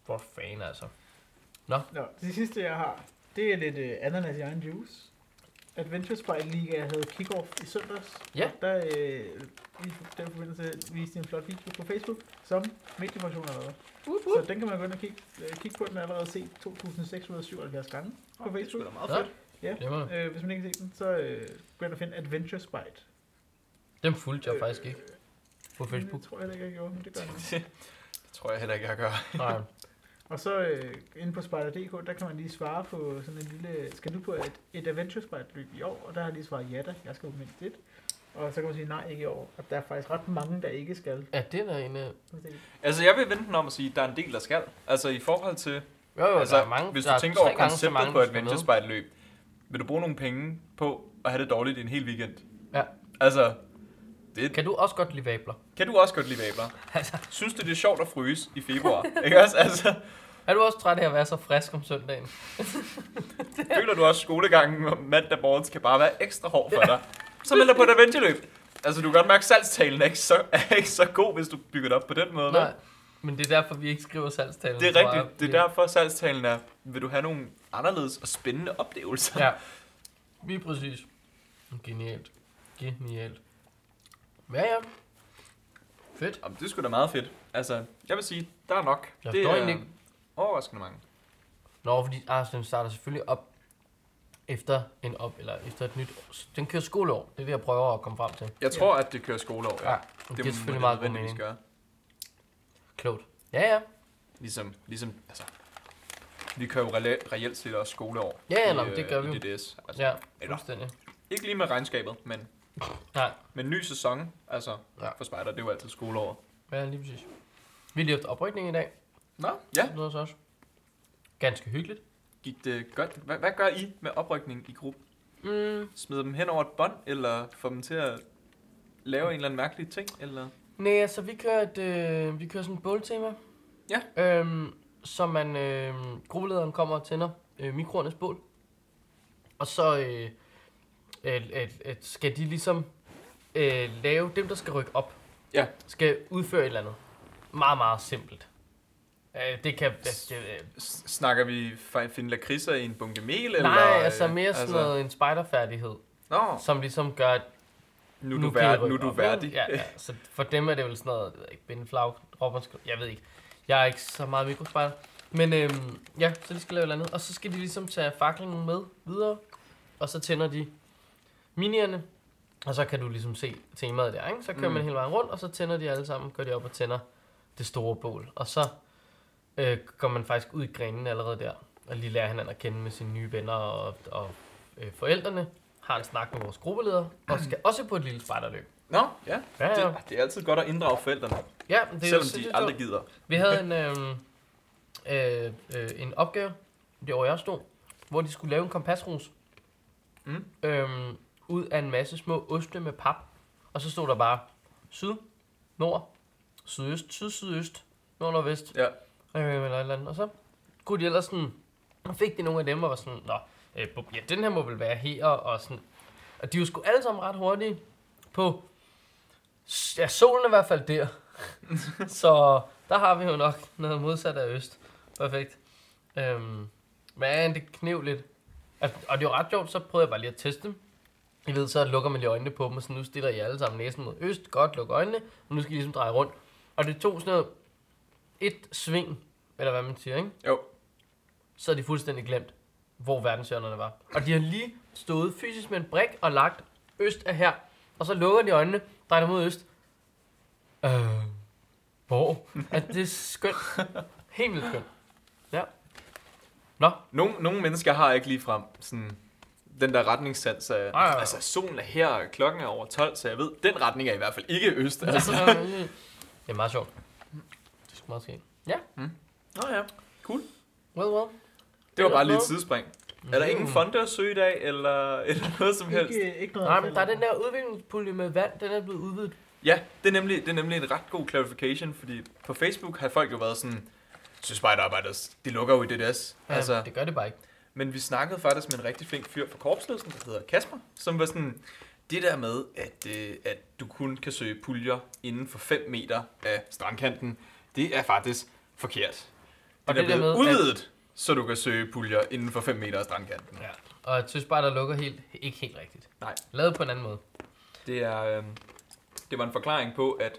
Hvor fanden altså. Nå, det sidste jeg har, det er lidt øh, ananas i egen juice. Adventure Sprite Liga havde kick-off i søndags. Ja. Og Der, øh, i den forbindelse viste de en flot video på Facebook, som mediefunktionen har lavet. Wup, Så den kan man gå ind og kigge, øh, kigge på. Den er allerede set 2.677 gange på Det er sgu Facebook. da meget Nå. fedt. Glimrende. Øh, hvis man ikke kan se den, så øh, gå ind og find Adventure Sprite. Dem fulgte jeg faktisk ikke på Facebook. Det tror jeg heller ikke, jeg gjorde, men det gør jeg. nu. Det tror jeg heller ikke, jeg gør. Nej. Og så øh, inde på spider.dk, der kan man lige svare på sådan en lille, skal du på et, et adventure spider løb i år? Og der har jeg lige svaret ja da, jeg skal jo mindst et. Og så kan man sige nej, ikke i år. Og der er faktisk ret mange, der ikke skal. Ja, det er der en... øh, Altså, jeg vil vente den om at sige, at der er en del, der skal. Altså, i forhold til... Jo, jo, altså, der er mange, hvis du der er tænker tre over gange så konceptet mange, på der et skal Adventure med. Spite løb, vil du bruge nogle penge på at have det dårligt i en hel weekend? Ja. Altså, Kan du også godt lide vabler? kan du også godt lide vabler? Altså. Synes du, det er sjovt at fryse i [LAUGHS] februar? ikke også? Altså, Er du også træt af at være så frisk om søndagen? føler du også, at skolegangen om mandag morgen skal bare være ekstra hård for dig? Så meld dig på et adventureløb. Altså, du kan godt mærke, at salgstalen er ikke, så, er ikke så god, hvis du bygger det op på den måde. vel? Nej. Men det er derfor, vi ikke skriver salgstalen. Det er tror jeg, rigtigt. Det fordi- er derfor, salgstalen er, vil du have nogle anderledes og spændende oplevelser? Ja, lige præcis. Genialt. Genialt. Ja, ja. Fedt. Jamen, det er sgu da meget fedt. Altså, jeg vil sige, der er nok. Jeg det forstår er egentlig ikke. overraskende mange. Nå, fordi Arsenal starter selvfølgelig op efter en op, eller efter et nyt år. Den kører skoleår. Det er det, jeg prøver at komme frem til. Jeg Ja. tror, at det kører skoleår. Ja, det, det, det er selvfølgelig meget god nødvendigvis mening. gøre. Klogt. Ja, ja. Ligesom, ligesom, altså, vi kører jo reelle- reelt set også skoleår. Ja, ja, i, nå, men det øh, gør vi i jo. DDS. Altså, Ja, eller- fuldstændig. Ikke lige med regnskabet, men, Nej, men ny sæson, altså, Ja. ja. for spejder, det er jo altid skoleår. ja, lige præcis. Vi har lige haft oprykning i dag. Nå, ja. Noget hos os. Ganske hyggeligt. Gik det godt? Hvad, hvad gør I med oprykning i gruppen? Mm, Smider dem hen over et bånd, eller får dem til at lave en eller anden mærkelig ting? Eller? Nej, altså vi kører, et, øh, vi kører sådan et båltema. Ja. Øhm, så man, øh, gruppelederen kommer og tænder øh, mikroernes bål. Og så øh, øh, øh, øh, skal de ligesom øh, lave, dem der skal rykke op, Ja. skal udføre et eller andet. Meget, meget simpelt. Øh, det kan... Øh, det, øh, S- Snakker vi fa- finde lakridser i en bunke mel? Eller, nej, øh, altså mere sådan noget en spejderfærdighed, Nå, som ligesom gør, at nu er du, kan I værd, rykke nu er du op. værdig. Ja, ja, så for dem er det vel sådan noget, jeg ved ikke, binde flag, råbe og skrive, jeg ved ikke. Jeg er ikke så meget mikrospejler. Men øhm, ja, så de skal lave et eller andet. Og så skal de ligesom tage faklingen med videre, og så tænder de minierne. Og så kan du ligesom se temaet der, ikke? Så kører mm. Mm. man hele vejen rundt, og så tænder de alle sammen, går de op og tænder det store bål. Og så øh, går man faktisk ud i grenen allerede der, og lige lærer hinanden at kende med sine nye venner og, og øh, forældrene. Har en snak med vores gruppeleder, og skal også på et lille spejderløb. Nå, ja. Ja, ja. Det, det er altid godt at inddrage forældrene, ja men det er jo selvom sindssygt de aldrig gider. Vi havde en, øh, øh, øh, en opgave, det år jeg stod, hvor de skulle lave en kompasrus. Mm. Øhm, ud af en masse små oste med pap. Og så stod der bare syd, nord, sydøst, syd, sydøst, nord, nordvest. Ja. Øh, eller et eller andet. Og så kunne de ellers sådan, og fik de nogle af dem, og var sådan, nå, øh, bu- ja, den her må vel være her, og sådan. Og de var sgu alle sammen ret hurtige på, s- ja, solen er i hvert fald der. så der har vi jo nok noget modsat af øst. Perfekt. Øhm, men det knev lidt. Og, og det var ret sjovt, så prøvede jeg bare lige at teste dem. I ved, så lukker man lige øjnene på dem, og så nu stiller I alle sammen næsen mod øst. Godt, luk øjnene. Og nu skal I ligesom dreje rundt. Og det tog sådan noget, et sving, eller hvad man siger, ikke? Jo. Så havde de fuldstændig glemt, hvor verdenshjørnerne var. Og de har lige stået fysisk med en brik og lagt øst er her. Og så lukker de øjnene, drejer mod øst. Øh, hvor? At det er skønt. Helt vildt skønt. Nogle, nogle mennesker har ikke lige frem sådan, den der retningssans af, Ej, ej, ej. altså solen er her, og klokken er over 12, så jeg ved, den retning er i hvert fald ikke øst. Altså. Altså. det er meget sjovt. Det skulle meget ske. Nå ja, Well, well. det var bare lige et Ellers sidespring. Er Mm. der ingen fonde at søge i dag, eller, [LAUGHS] eller noget som helst? Ikke, ikke noget Nej, at men der er falde den der udviklingspulje med vand, den er blevet udvidet. Ja, det er, nemlig, det er nemlig en ret god clarification, fordi på Facebook har folk jo været sådan, så spejderarbejder, de lukker jo i DDS. Ja, altså. Det gør det bare ikke. Men vi snakkede faktisk med en rigtig flink fyr fra korpsledelsen, der hedder Kasper, som var sådan, det der med, at, øh, at du kun kan søge puljer inden for 5 meter af strandkanten, det er faktisk forkert. Og Og det er det der blevet med, at- udvidet, så du kan søge puljer inden for 5 meter af strandkanten. Ja. Og jeg synes bare, der lukker helt, ikke helt rigtigt. Nej. Lavet på en anden måde. Det, er, øh, det var en forklaring på, at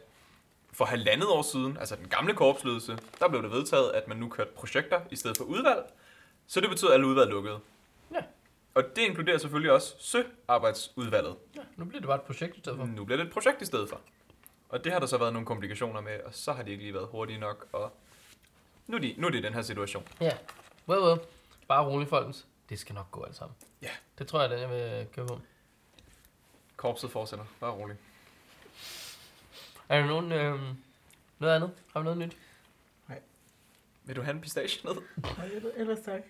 for halvandet år siden, altså den gamle korpsledelse, der blev det vedtaget, at man nu kørte projekter i stedet for udvalg. Så det betød, at alle udvalg lukkede. Ja. Og det inkluderer selvfølgelig også søarbejdsudvalget. Ja, nu bliver det bare et projekt i stedet for. Nu bliver det et projekt i stedet for. Og det har der så været nogle komplikationer med, og så har de ikke lige været hurtige nok, og nu er de, nu er de i den her situation. Ja. Well, well. Bare rolig, folkens. Det skal nok gå alt sammen. Ja. Det tror jeg, den jeg vil købe på. Korpset fortsætter, bare rolig. Er der nogen, øh, noget andet? Har vi noget nyt? Vil du have en pistache ned? [LAUGHS] Nej, jeg ved- Ellers tak.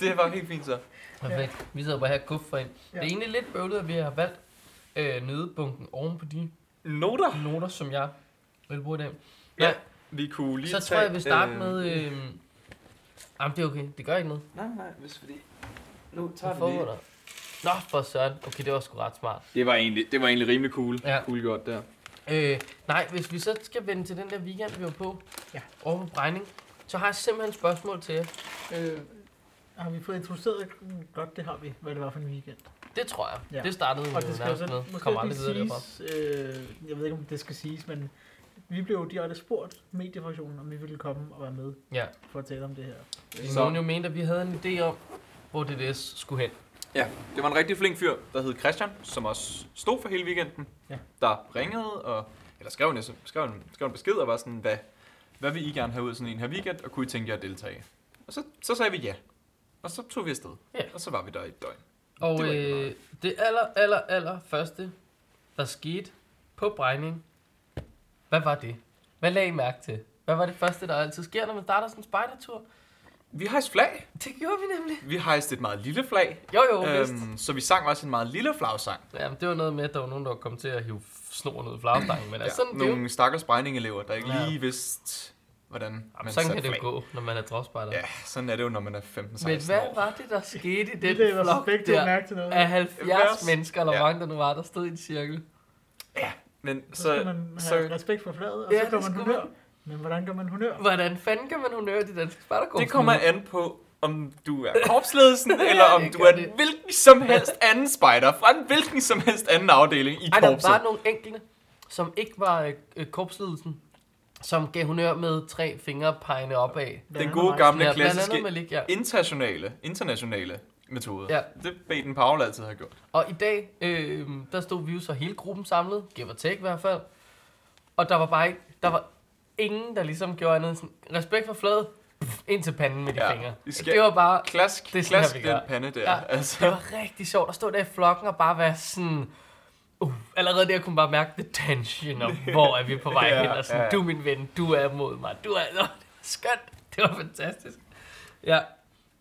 Det var helt fint så. Perfekt. Ja. Vi sidder bare her og kuffer ind. Ja. Det er Ja. egentlig lidt bøvlet, at vi har valgt øh, nødebunken oven på de Noter! noter, som jeg vil bruge i dag. Ja, vi kunne lige Så tror tage, jeg, jeg vil starte øh, med... Øh, jamen, det er okay. Det gør ikke noget. Nej, nej, hvis fordi... Nu Så foregår der. Nå, for søren. Okay, det var sgu ret smart. Det var egentlig, det var egentlig rimelig cool. Ja. Cool gjort der. Øh, nej, hvis vi så skal vende til den der weekend, vi var på, Ja. over på Brejning, så har jeg simpelthen et spørgsmål til jer. Øh, har vi fået introduceret mm, godt, det har vi, hvad det var for en weekend. Det tror jeg. Ja. Ja. Det startede vi Og det jo skal jo Uh, nærmest så med. måske Kommer lige aldrig videre derfra. siges, øh, jeg ved ikke, om det skal siges, men vi blev jo direkte spurgt, mediefunktionen, om vi ville komme og være med Ja. for at tale om det her. Så. Nogen jo mente, at vi havde en idé om, hvor DDS skulle hen. Ja, det var en rigtig flink fyr, der hed Christian, som også stod for hele weekenden. Ja. Der ringede, og, eller skrev en, skrev, en, skrev en besked og var sådan, hvad, hvad vil I gerne have ud af sådan en her weekend, og kunne I tænke jer at deltage? Og så, så sagde vi ja. Og så tog vi afsted. Ja. Og så var vi der i et døgn. Og Det var ikke det, øh, det aller, aller, aller første, der skete på Brejning, hvad var det? Hvad lagde I mærke til? Hvad var det første, der altid sker, når man starter sådan en spejdertur? Vi hejste flag. Det gjorde vi nemlig. Vi hejste et meget lille flag. Jo, jo, øhm. vist. så vi sang også en meget lille flagsang. Jamen, det var noget med, at der var nogen, der kom til at hive snoren ud af flagstangen, men altså, sådan er det jo. Nogle stakkels brændingelever, der ikke Ja. lige vidste, hvordan Jamen, man sådan kan satte det jo flag. gå, når man er dropspejder. Ja, sådan er det jo, når man er Men 15-16 hvad år. var det, der skete i den det var flok respekt, der mærke til noget. af 70 Vers. mennesker, eller Ja. hvor mange der nu var, der stod i en cirkel? Men Så skal så, man have så respekt for flaget, og Ja, så gør det man skulle honør. Men hvordan gør man honør? Hvordan fanden kan man honøre de danske spartakorps? det kommer nu? an på, om [LAUGHS] du er korpsledelsen, eller det om gør du er det. en hvilken som helst anden spejder fra en hvilken som helst anden afdeling i Ej, der korpset. var nogle enkelte, som ikke var øh, øh, korpsledelsen, som gav honør med tre fingre pegende opad. Den Blandt gode andet gamle Ja, blandt andet klassiske Malik, ja. internationale, internationale metode. Ja. Det Baden Powell altid har gjort. Og i dag, øh, der stod vi jo så hele gruppen samlet, give or take i hvert fald. Og der var bare ikke, der var ingen, der ligesom gjorde andet. end Sådan, respekt for flad, pff, ind til panden med de Ja, ja, fingre. I skal- Det var bare, Klask, Det er det sådan, klask jeg den vil gøre. pande der. Ja, det altså. var rigtig sjovt at stå der i flokken og bare være sådan... Uh, allerede der kunne man bare mærke the tension, og [LAUGHS] hvor er vi på vej Ja, hen, og sådan, ja. du er min ven, du er mod mig, du er... Nå, det var skønt, det var fantastisk. Ja,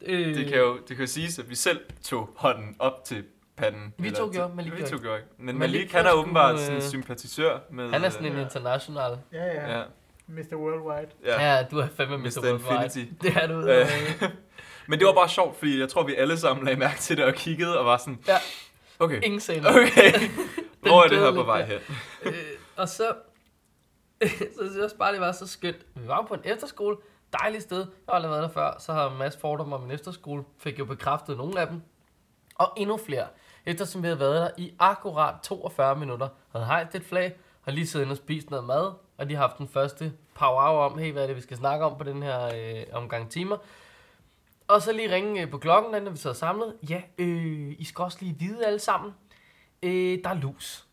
øh, Det kan, jo, det kan jo siges, at vi selv tog hånden op til panden. Vi eller to til- gjorde, Malik Vi gjorde to gjorde ikke. Men Malik Malik, han er gjorde sgu, åbenbart sådan en øh, sympatisør med... øh, han er sådan en Ja. international. Ja, ja. Ja, Mr. Worldwide. ja. Ja, du er fandme Mr. Mr. Worldwide. Infinity. Det er du. Øh. Øh. [LAUGHS] Men det var bare sjovt, fordi jeg tror, vi alle sammen lagde mærke til det og kiggede og var sådan... Ja. Okay, Ingen sagde noget. [LAUGHS] okay. Hvor er det døde her på lidt vej der. hen? øh, og så, [LAUGHS] så synes jeg også bare, det var så skønt. Vi var jo på en efterskole, dejligt sted. Jeg har aldrig været der før, så har Mads fordomme om en efterskole, fik jo bekræftet nogle af dem. Og endnu flere, eftersom vi havde været der i akkurat 42 minutter, havde hejst et flag, har lige siddet inde og spist noget mad, og lige haft den første power om, hey, hvad er det, vi skal snakke om på den her øh, omgang timer. Og så lige ringe øh, på klokken, da vi sad samlet. Ja, øh, I skal også lige vide alle sammen, øh, der er lus.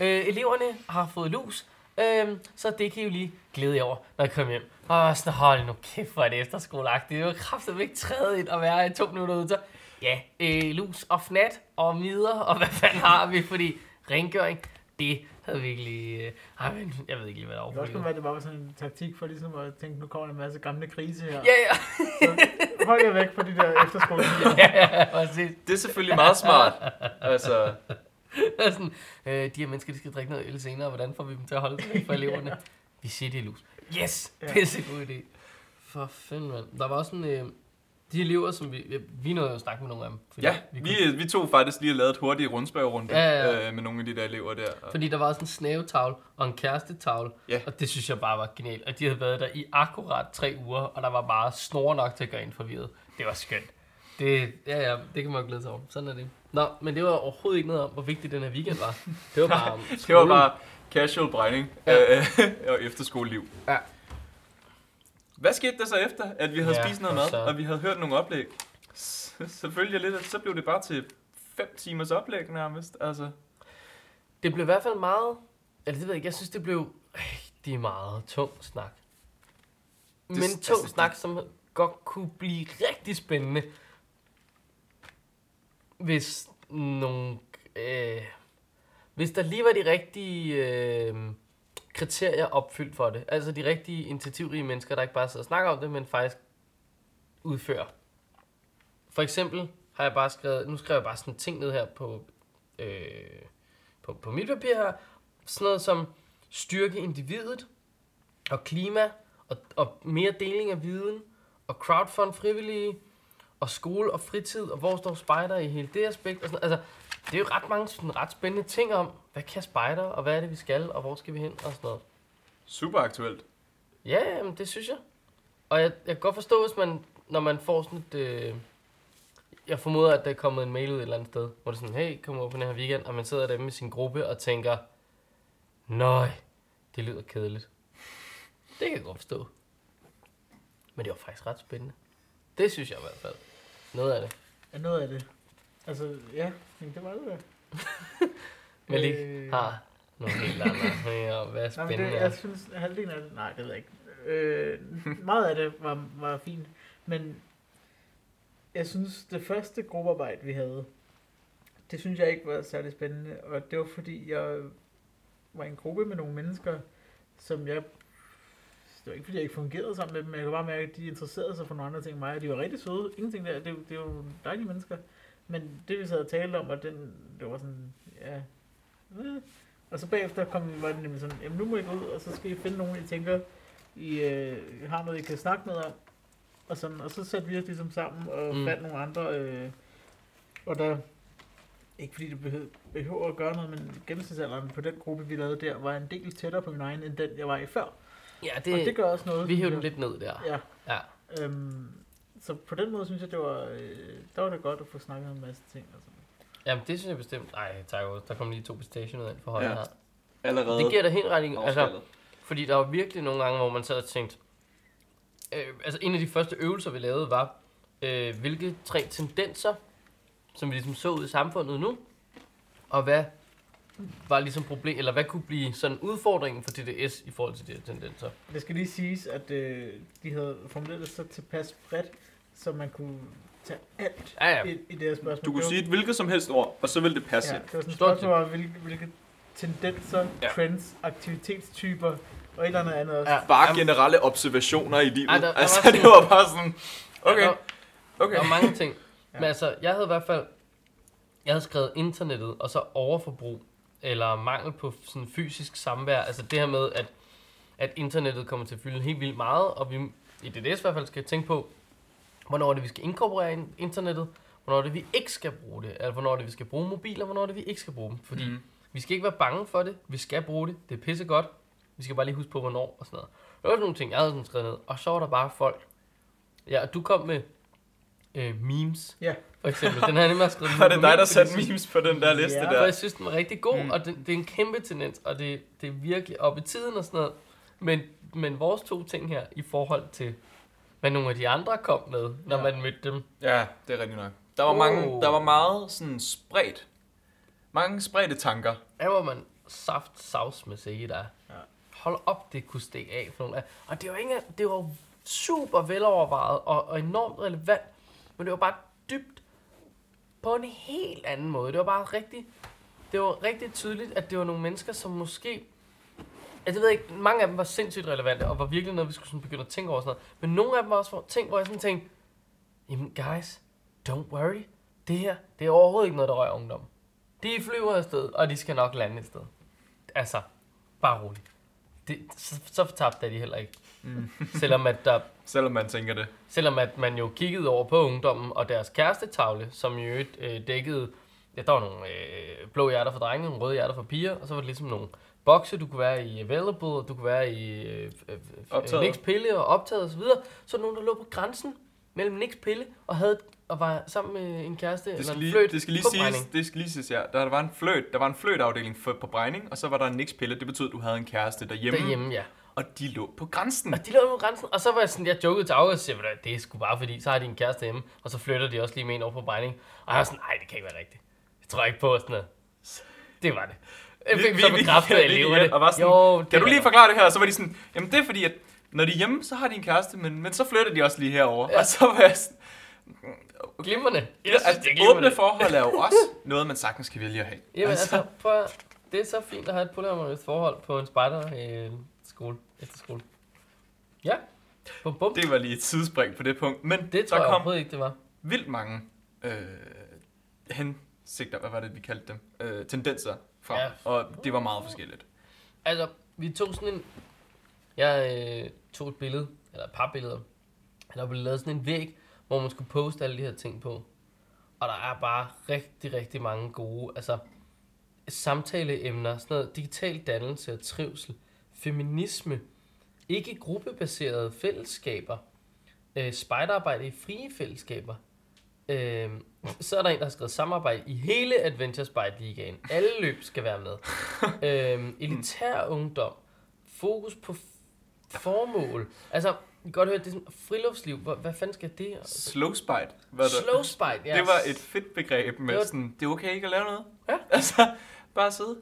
Øh, eleverne har fået lus, øh, så det kan I jo lige glæde jer over, når I kommer hjem. Og sådan, hold nu kæft, hvor er det efterskoleagtigt. Det var kraftigt ikke træde ind og være i to minutter ude. Så, ja, øh, lus og fnat og midder, og hvad fanden har vi, fordi rengøring, det havde vi ikke lige... Øh, ej, men jeg ved ikke lige, hvad der Det kan også overhovedet. kunne være, at det bare var sådan en taktik for ligesom at tænke, nu kommer der en masse gamle krise her. Ja, ja, Så Hold jer væk fra de der efterskole. ja, ja, [LAUGHS] præcis. Det er selvfølgelig meget smart. [LAUGHS] Altså, Og sådan, øh, de her mennesker, de skal drikke noget øl senere, hvordan får vi dem til at holde sig væk fra eleverne? [LAUGHS] Vi siger, det er lus. Yes, Ja. det er en god idé. For fanden, mand. Der var også sådan, øh, de elever, som vi, ja, vi nåede jo at snakke med nogle af dem. Fordi, ja, vi vi, kunne, vi to faktisk lige har lavet et hurtigt rundspørgerunde Ja, ja, Øh, med nogle af de der elever der. Og- fordi der var også en snævetavle og en kærestetavle, Ja. og det synes jeg bare var genialt. Og de havde været der i akkurat tre uger, og der var bare snor nok til at gøre en forvirret. Det var skønt. Det, ja, ja, det kan man jo glæde sig over. Sådan er det. Nå, men det var overhovedet ikke noget om, hvor vigtig den her weekend var. Det [LAUGHS] var bare om Det var skolen. bare casual brænding Ja. ja. [LAUGHS] og efterskoleliv. Ja. Hvad skete der så efter, at vi havde Ja, ja, spist noget for mad, søren. og vi havde hørt nogle oplæg? S- Selvfølgelig lidt, at så blev det bare til 5 timers oplæg nærmest. Altså, Det blev i hvert fald meget... Eller det ved jeg ikke, jeg synes, det blev rigtig meget tung snak. Men Det- tung altså, det- snak, som godt kunne blive rigtig spændende, hvis nogle... Øh, hvis der lige var de rigtige øh, kriterier opfyldt for det. Altså de rigtige initiativrige mennesker, der ikke bare sidder og snakker om det, men faktisk udfører. For eksempel har jeg bare skrevet... Nu skriver jeg bare sådan ting ned her på... Øh, på, på mit papir her, sådan noget som styrke individet, og klima, og, og mere deling af viden, og crowdfund frivillige, og skole og fritid, og hvor står spejder i hele det aspekt. Og sådan, altså, det er jo ret mange sådan, ret spændende ting om, hvad kan spejder, og hvad er det, vi skal, og hvor skal vi hen, og sådan noget. super aktuelt. Ja, jamen, det synes jeg. Og jeg, jeg kan godt forstå, hvis man, når man får sådan et... Øh, jeg formoder, at der er kommet en mail ud et eller andet sted, hvor det er sådan, hey, kom over på den her weekend, og man sidder der med sin gruppe og tænker, nej, det lyder kedeligt. Det kan jeg godt forstå. Men det var faktisk ret spændende. Det synes jeg i hvert fald. Noget af det. Er noget af det. Altså, ja, men det var det der. Malik Øh. har nogle helt andre meninger om, hvad Nej, men spændende det, er. jeg synes, at halvdelen af det, nej, det ved jeg ikke. Øh, meget af det var, var fint, men jeg synes, det første gruppearbejde, vi havde, det synes jeg ikke var særlig spændende, og det var fordi, jeg var i en gruppe med nogle mennesker, som jeg, det var ikke fordi, jeg ikke fungerede sammen med dem, men jeg kunne bare mærke, at de interesserede sig for nogle andre ting end mig, og de var rigtig søde, ingenting der, det, er jo- det er jo dejlige mennesker, men det vi sad og talte om, og den, det var sådan, ja, øh, og så bagefter kom vi var det nemlig sådan, jamen nu må I gå ud, og så skal I finde nogen, I tænker, I øh, har noget, I kan snakke med om. Og, sådan, og så satte vi os ligesom sammen og Mm. mm. fandt nogle andre. Øh, og der, ikke fordi det behøver, behøver at gøre noget, men gennemsnitsalderen på den gruppe, vi lavede der, var en del tættere på min egen, end den, jeg var i før. Ja, Det, og det det, gør også noget. vi hævde Ja. den lidt ned der. Ja. Ja. Øhm, så på den måde synes jeg, det var, øh, der var det godt at få snakket om en masse ting. altså. Og sådan. Jamen, det synes jeg bestemt. Nej, tak også. Der kom lige to stationer ind for højre Ja. her. Allerede Det giver dig helt ret. Altså, afskaldet. fordi der var virkelig nogle gange, hvor man sad og tænkte... Øh, altså, en af de første øvelser, vi lavede, var, øh, hvilke tre tendenser, som vi ligesom så ud i samfundet nu, og hvad var ligesom problem, eller hvad kunne blive sådan udfordringen for TDS i forhold til de her tendenser? Det skal lige siges, at øh, de havde formuleret det så tilpas bredt, så man kunne tage alt Ja, ja. i, i det her spørgsmål. Du kunne Det var- sige et hvilket som helst ord, og så ville det passe Ja, ind. det var sådan et Stort spørgsmål om, hvilke, hvilke tendenser, Ja. ja. trends, aktivitetstyper og et eller andet andet også. Ja. Ja. Bare generelle observationer i livet. Ej, der- der var altså, sådan- [LAUGHS] det var bare sådan... Okay, Der, okay. der var mange ting. Ja. Men altså, jeg havde i hvert fald, jeg havde skrevet internettet, og så overforbrug, eller mangel på sådan fysisk samvær. Altså det her med, at, at internettet kommer til at fylde helt vildt meget, og vi i DDS i hvert fald skal tænke på, hvornår er det, vi skal inkorporere in- internettet, hvornår er det, vi ikke skal bruge det, altså hvornår er det, vi skal bruge mobiler, hvornår er det, vi ikke skal bruge dem. Fordi Mm. vi skal ikke være bange for det. Vi skal bruge det. Det er pissegodt. Vi skal bare lige huske på, hvornår og sådan noget. Der var nogle ting, jeg havde sådan skrevet ned. Og så var der bare folk. Ja, og du kom med øh, memes. Ja. For eksempel. Den har jeg nemlig skrevet [LAUGHS] [LAUGHS] Var det på min, [LAUGHS] dig, der fordi satte jeg synes- memes på den der liste Ja. For der? jeg synes, den var rigtig god, Mm. mm. og det, det, er en kæmpe tendens, og det, det er virkelig op i tiden og sådan noget. Men, men vores to ting her, i forhold til, hvad nogle af de andre kom med, når Ja. ja. man mødte dem. Ja, det er rigtigt nok. Der var, mange, Oh. der var meget sådan spredt. Mange spredte tanker. Der var man saft saus med sig der. Ja. Ja. Hold op, det kunne stikke af for nogle af. Og det var, ikke, engang- det var jo super velovervejet og, og enormt relevant, men det var bare dybt på en helt anden måde. Det var bare rigtig, det var rigtig tydeligt, at det var nogle mennesker, som måske... Altså, jeg ved ikke, mange af dem var sindssygt relevante, og var virkelig noget, vi skulle sådan begynde at tænke over og sådan noget. Men nogle af dem var også for- ting, hvor jeg sådan tænkte, jamen guys, don't worry. Det her, det er overhovedet ikke noget, der rører ungdom. De flyver afsted, og de skal nok lande et sted. Altså, bare roligt. Det, så, så fortabte er de heller ikke. Mm. [LAUGHS] selvom, at der, Selvom man tænker det. selvom at man jo kiggede over på ungdommen og deres kærestetavle, som jo øvrigt øh, dækkede, ja, der var nogle øh, blå hjerter for drenge, nogle røde hjerter for piger, og så var det ligesom nogle bokse, du kunne være i Available, og du kunne være i øh, øh, Optaget. Nix Pille og optaget osv. Så var der nogen, der lå på grænsen mellem Nix Pille og, havde, og var sammen med en kæreste Det eller skal en lige, fløjt det skal lige på siges, brænding. det skal lige siges, ja. Der, der var en fløjt, der var en fløjtafdeling for, på Brejning, og så var der en nikspille. Det betød, at du havde en kæreste derhjemme, derhjemme, derhjemme, ja. og de lå på grænsen. Og de lå på grænsen, og så var jeg sådan, jeg jokede til August, og siger, "Ved du hvad, det er sgu bare fordi, så har de en kæreste hjemme, og så flytter de også lige med en over på brænding. Og jeg var sådan, nej, det kan ikke være rigtigt. Jeg tror ikke på og sådan noget. Det var det. Jeg Vi- fik vi- så vi- bekræftet, vi- at jeg vi- lever [LAUGHS] ja, det. og var sådan, jo, det Kan du er lige rigtigt." forklare det her? Og så var de sådan, jamen det er fordi, at når de er hjemme, så har de en kæreste, men, men så flytter de også lige herover. Ja. Ja. Og så var jeg sådan, Glimrende. Jeg jeg synes, altså, det er det åbne glimrende. [LAUGHS] forhold er jo også noget, man sagtens kan vælge at have. Jamen altså, prøv at, det er så fint at have et polyamorøst forhold på en spejder øh, skole, efter skole. Ja, bum bum. Det, Det var lige et sidespring på det punkt, men det så tror jeg kom overhovedet ikke, det var. vildt mange øh, hensigter, hvad var det, vi kaldte dem, øh, tendenser fra, ja. Ja. og det var meget forskelligt. Altså, vi tog sådan en... Jeg øh, tog et billede, eller et par billeder. Der blev lavet sådan en væg, hvor man skulle poste alle de her ting på. Og der er bare rigtig, rigtig mange gode, altså samtaleemner, sådan noget digital dannelse og trivsel, feminisme, ikke gruppebaserede fællesskaber, øh, spejderarbejde i frie fællesskaber. Øh, så er der en, der har skrevet samarbejde i hele Adventure Spite Ligaen. Alle løb skal være [LAUGHS] med øhm, elitær ungdom, fokus på f- formål. Altså, I kan godt høre, det er sådan friluftsliv. Hvad, hvad fanden skal det? Slow spite var det. Slow spite, ja. Det var et fedt begreb med Det var- sådan, det er okay ikke at lave noget. Ja. [LAUGHS] Altså, bare sidde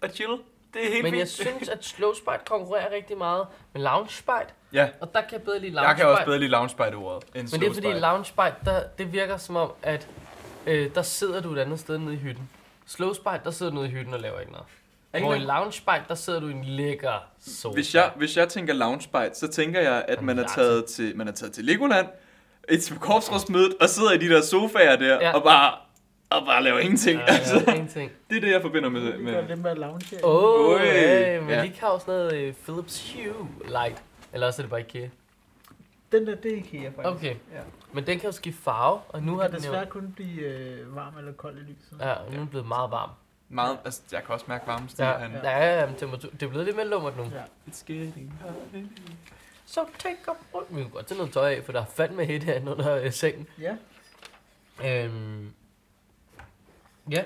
og chill. Det er helt Men jeg fint. synes, at slow spite konkurrerer rigtig meget med lounge spite. Ja. Og der kan jeg bedre lide lounge Jeg kan også spite. bedre lide lounge spite ordet end Men slow det er fordi spite. lounge spite, der, det virker som om, at øh, der sidder du et andet sted nede i hytten. Slow spite, der sidder du nede i hytten og laver ikke noget. Ikke Hvor i noget? lounge spite, der sidder du i en lækker sofa. Hvis jeg, hvis jeg tænker loungebite, så tænker jeg, at man er taget altså- til, man er taget til Legoland, et til korpsrådsmødet, og sidder i de der sofaer der, ja. Ja. og bare og bare laver ingenting. Ja, altså, Ja, ja, ingenting. det er det, jeg forbinder med, Det var med. det med lounge. Åh, oh, Ui, hey, men ja. ja. de kan også noget øh, Philips Hue Light. Eller også er det bare IKEA. Den der, det er IKEA faktisk. Okay, Ja. men den kan jo skifte farve, og nu Nu har har den jo... desværre kun blive øh, varm eller kold i lyset. Ja, nu er den blevet meget varm. Meget, altså, jeg kan også mærke varmen Ja, stiger herinde. ja, ja, ja men temperatur, det er blevet lidt mere lummert nu. Ja. It's getting hot. Så take a break. Vi kan godt tage noget tøj af, for der er fandme hæt herinde under øh, sengen. ja. Øhm, ja,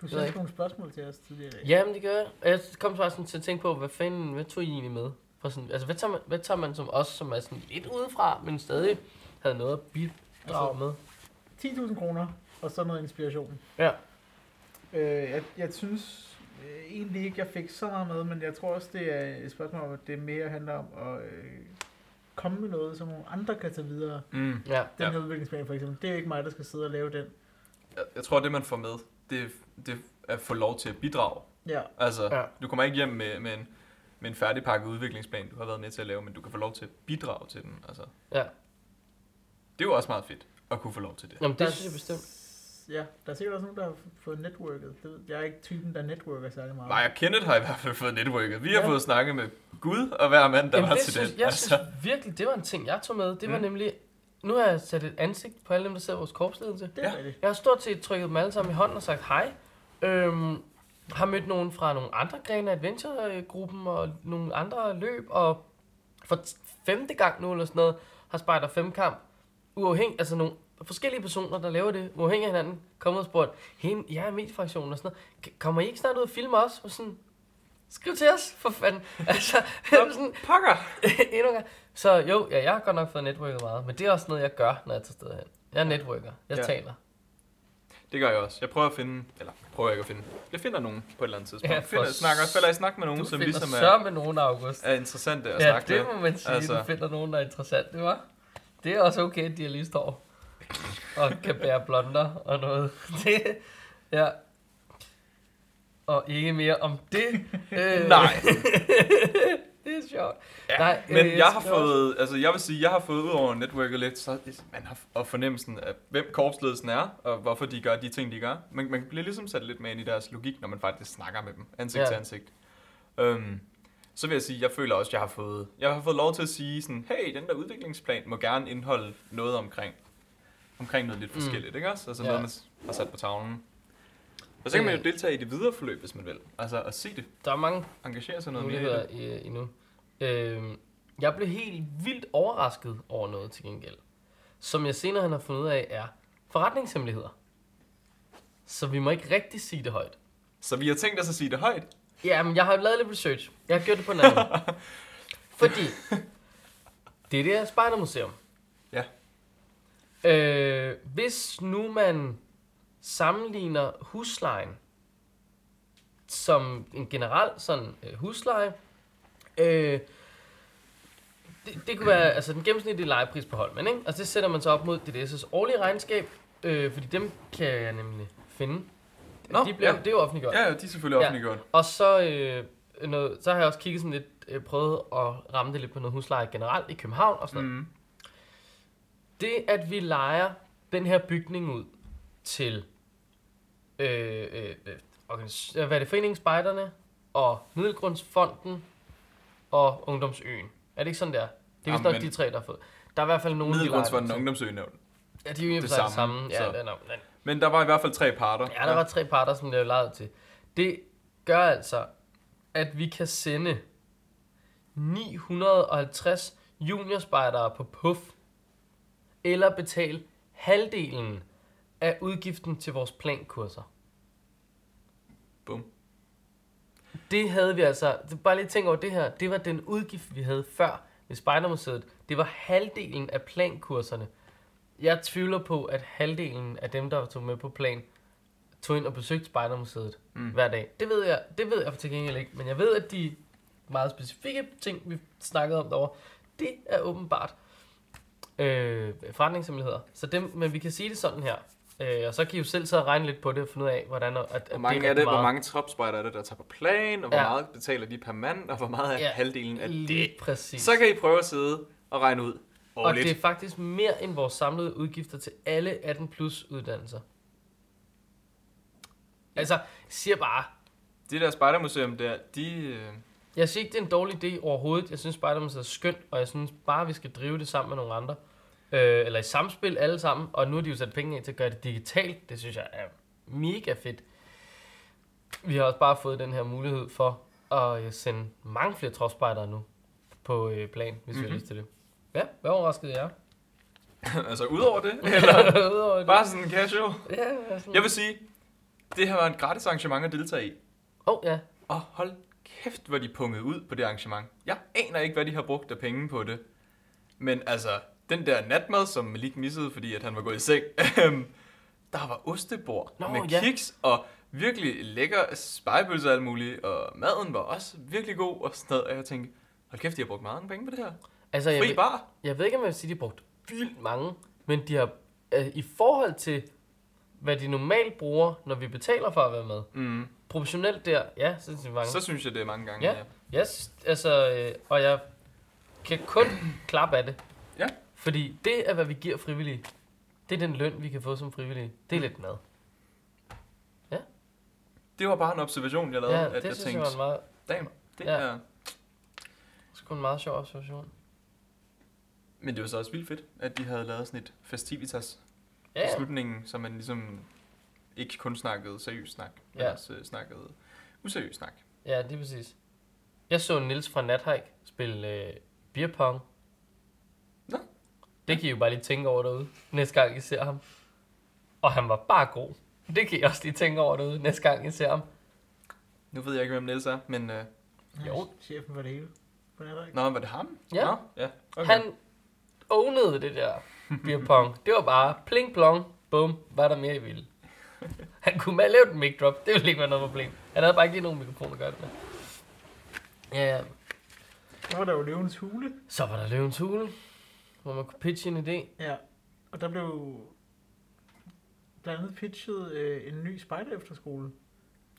Du ved sendte ikke. nogle spørgsmål til os tidligere i dag. ja, men det gør jeg. Og Jeg kom faktisk sådan til at tænke på, hvad fanden, hvad tog I egentlig med? For sådan, altså, hvad tager, man, hvad tager man som os, som er sådan lidt udefra, men stadig havde noget at bidrage med? 10.000 kroner, og så noget inspiration. Ja. Øh, jeg, jeg synes, øh, egentlig ikke, jeg fik så meget med, men jeg tror også, det er et spørgsmål om, at det mere handler om at øh, komme med noget, som nogle andre kan tage videre. Mm. Ja. Den Ja. her udviklingsplan for eksempel, det er jo ikke mig, der skal sidde og lave den. Jeg, jeg tror, det man får med, det, er- det er at få lov til at bidrage. Ja, Altså, Ja. ja. du kommer ikke hjem med, med, en, med en færdigpakket udviklingsplan, du har været med til at lave, men du kan få lov til at bidrage til den. Altså, Ja. Det er jo også meget fedt at kunne få lov til det. Jamen, Der det er synes jeg bestemt. s- Ja, der er sikkert også nogen, der har f- fået netværket. Det ved, jeg er ikke typen, der netværker særlig meget. Mig og Kenneth har i hvert fald fået netværket. Vi har Ja. ja. fået snakket med Gud og hver mand, der Jamen, var det til synes, den. altså. Jeg synes virkelig, det var en ting, jeg tog med. Det var Mm. nemlig, nu har jeg sat et ansigt på alle dem, der sidder i vores korpsledelse. Det er Ja. rigtigt. Jeg har stort set trykket dem alle sammen i hånden og sagt hej. Øhm, har mødt nogen fra nogle andre grene af Adventure-gruppen og nogle andre løb. Og for t- femte gang nu eller sådan noget, har Spejder 5 kamp uafhængig, altså nogle forskellige personer, der laver det, uafhængig af hinanden, kommet og spurgt, hende, jeg er i mediefraktionen og sådan noget. "K- Kommer I ikke snart ud og filme os? Og sådan, skriv til os, for fanden. [LAUGHS] altså, sådan, Pokker! [LAUGHS] endnu en gang. Så jo, ja, jeg har godt nok fået netværket meget, men det er også noget, jeg gør, når jeg tager sted hen. Jeg er netværker. Jeg ja. Ja. taler. Det gør jeg også. Jeg prøver at finde, eller prøver ikke at finde, jeg finder nogen på et eller andet tidspunkt. Ja, Ja, for finder, s- snakker, falder i snak med nogen, Du som finder ligesom så er, med nogen, August. er interessante at Ja, snakke det med. må man sige. Altså. Altså. Du finder nogen, der er interessant, det var. Det er også okay, at de er lige står og kan bære blonder og noget. [LAUGHS] Det, ja. Og ikke mere om [LAUGHS] det. Øh, Nej. [LAUGHS] det er sjovt. Ja, Nej, Men øh, jeg har skal også- fået, altså jeg vil sige, jeg har fået ud over netværket lidt, så man har, og fornemmelsen af, hvem korpsledelsen er, og hvorfor de gør de ting, de gør. Man, man bliver ligesom sat lidt med ind i deres logik, når man faktisk snakker med dem, ansigt Ja. ja. til ansigt. Um, så vil jeg sige, jeg føler også, jeg har fået, jeg har fået lov til at sige sådan, hey, den der udviklingsplan må gerne indeholde noget omkring, omkring noget lidt Mm. forskelligt, ikke også? Altså Ja. ja. noget, man s- har sat på tavlen. Og så kan man jo Øh. deltage i det videre forløb, hvis man vil. Altså at se det, Der er mange engagere sig noget mere i muligheder det. øh, endnu. Øh, jeg blev helt vildt overrasket over noget til gengæld, som jeg senere hen har fundet ud af er forretningshemmeligheder. Så vi må ikke rigtig sige det højt. Så vi har tænkt os at sige det højt, Ja, men jeg har lavet lidt research. Jeg har gjort det på en anden [LAUGHS] måde. Fordi det der Spejdermuseum. Ja. Øh, hvis nu man sammenligner huslejen som en generel sådan øh, husleje, øh, det, det kunne være altså den gennemsnitlige lejepris på Holmen, ikke? Og det sætter man så op mod DDS' årlige regnskab, øh, fordi dem kan jeg nemlig finde. Nå, de blev, ja. det er jo offentliggjort. Ja, ja, de er selvfølgelig Ja. offentliggjort. Ja. Og så, øh, noget, så har jeg også kigget sådan lidt, øh, prøvet at ramme det lidt på noget husleje generelt i København og sådan noget. Mm. Det, at vi lejer den her bygning ud til, øh, øh, øh, organis- hvad er det, Foreningen Spejderne og Middelgrundsfonden og Ungdomsøen. Er det ikke sådan der? Det er vist nok Jamen. de tre, der har fået. Der er i hvert fald nogen, Middelgrundsfonden og til. Ungdomsøgenævn. Ja, de er jo i og for Det sig det samme, samme. Ja, så. det er nok- men- Men der var i hvert fald tre parter. Ja, der var tre parter, som blev lejet til. Det gør altså, at vi kan sende 950 juniorspejdere på puff, eller betale halvdelen af udgiften til vores plankurser. Bum. Det havde vi altså, det- bare lige tænk over det her, det var den udgift, vi havde før ved Spejdermuseet. Det var halvdelen af plankurserne. Jeg tvivler på, at halvdelen af dem, der tog med på plan, tog ind og besøgte Spejdermuseet mm. hver dag. Det ved jeg, det ved jeg til gengæld ikke, men jeg ved, at de meget specifikke ting, vi snakkede om derovre, det er åbenbart øh, forretningshemmeligheder. Så dem, men vi kan sige det sådan her, øh, og så kan I jo selv sidde og regne lidt på det og finde ud af, hvordan... At, at Hvor mange rigtig er det? Hvor meget. mange tropspejder er det, der tager på plan? Og hvor Ja. meget betaler de per mand? Og hvor meget er Ja, halvdelen af Lige det? præcis. Så kan I prøve at sidde og regne ud og det årligt. er faktisk mere end vores samlede udgifter til alle 18 plus uddannelser. Altså, jeg siger bare, Det der spejdermuseum der, de... øh, [LAUGHS] jeg siger ikke, det er en dårlig idé overhovedet. Jeg synes bare, det er skønt, og jeg synes bare, vi skal drive det sammen med nogle andre. Øh, eller i samspil alle sammen, og nu har de jo sat penge af til at gøre det digitalt. Det synes jeg er mega fedt. Vi har også bare fået den her mulighed for at øh, sende mange flere tropspejdere nu på øh, plan, hvis Mhm. mm-hmm. vi har lyst til det. Ja, hvad overraskede jeg? altså, udover det? [LAUGHS] Eller Udover det. bare sådan casual? Ja, sådan. Jeg vil sige, det her var en gratis arrangement at deltage i. Åh, oh, ja. Og hold kæft, hvor de pungede ud på det arrangement. Jeg aner ikke, hvad de har brugt af penge på det. Men altså, den der natmad, som Malik missede, fordi at han var gået i seng. øhm, der var ostebord Nå, med ja. kiks og virkelig lækker spejepølse og alt muligt, og maden var også virkelig god og sådan noget. Og jeg tænkte, hold kæft, de har brugt mange penge på det her. Altså, jeg, Fri ved, bar. jeg ved ikke, om jeg vil sige, at de har brugt vildt mange, men de har øh, i forhold til, hvad de normalt bruger, når vi betaler for at være med, Mm. proportionelt der, ja, så synes jeg mange. Så synes jeg, det er mange gange. Ja. Jeg synes, altså, øh, og jeg kan kun klappe af det. Ja. Fordi det er, hvad vi giver frivillige. Det er den løn, vi kan få som frivillige. Det er lidt mad. Det var bare en observation, jeg lavede, Ja, at jeg det synes jeg tænkte, var en meget, damn, det Ja. ja. er... sgu en meget sjov observation. Men det var så også vildt fedt, at de havde lavet sådan et festivitas Ja, i slutningen, så man ligesom ikke kun snakkede seriøs snak, men Ja. også øh, snakkede useriøs snak. ja, det er præcis. Jeg så Nils fra Nathike spille øh, beer pong. Nå. Det kan I jo bare lige tænke over derude, næste gang I ser ham. Og han var bare god. Det kan I også lige tænke over derude, næste gang I ser ham. Nu ved jeg ikke, hvem Niels er, men... Øh, Jo. Han er Chefen for det hele. På Natterik. nå, var det ham? Ja. Nå, ja. Okay. Okay. Han ownede det der beer pong. Det var bare pling plong, bum, var der mere I ville. Han kunne med lave den mic drop, det ville ikke være noget problem. Han havde bare ikke lige nogen mikrofon at gøre det med. Ja, ja. Så var der jo løvens hule. så var der løvens hule, hvor man kunne pitche en idé. Ja. Og der blev blandt andet pitchet øh, en ny spejder efterskole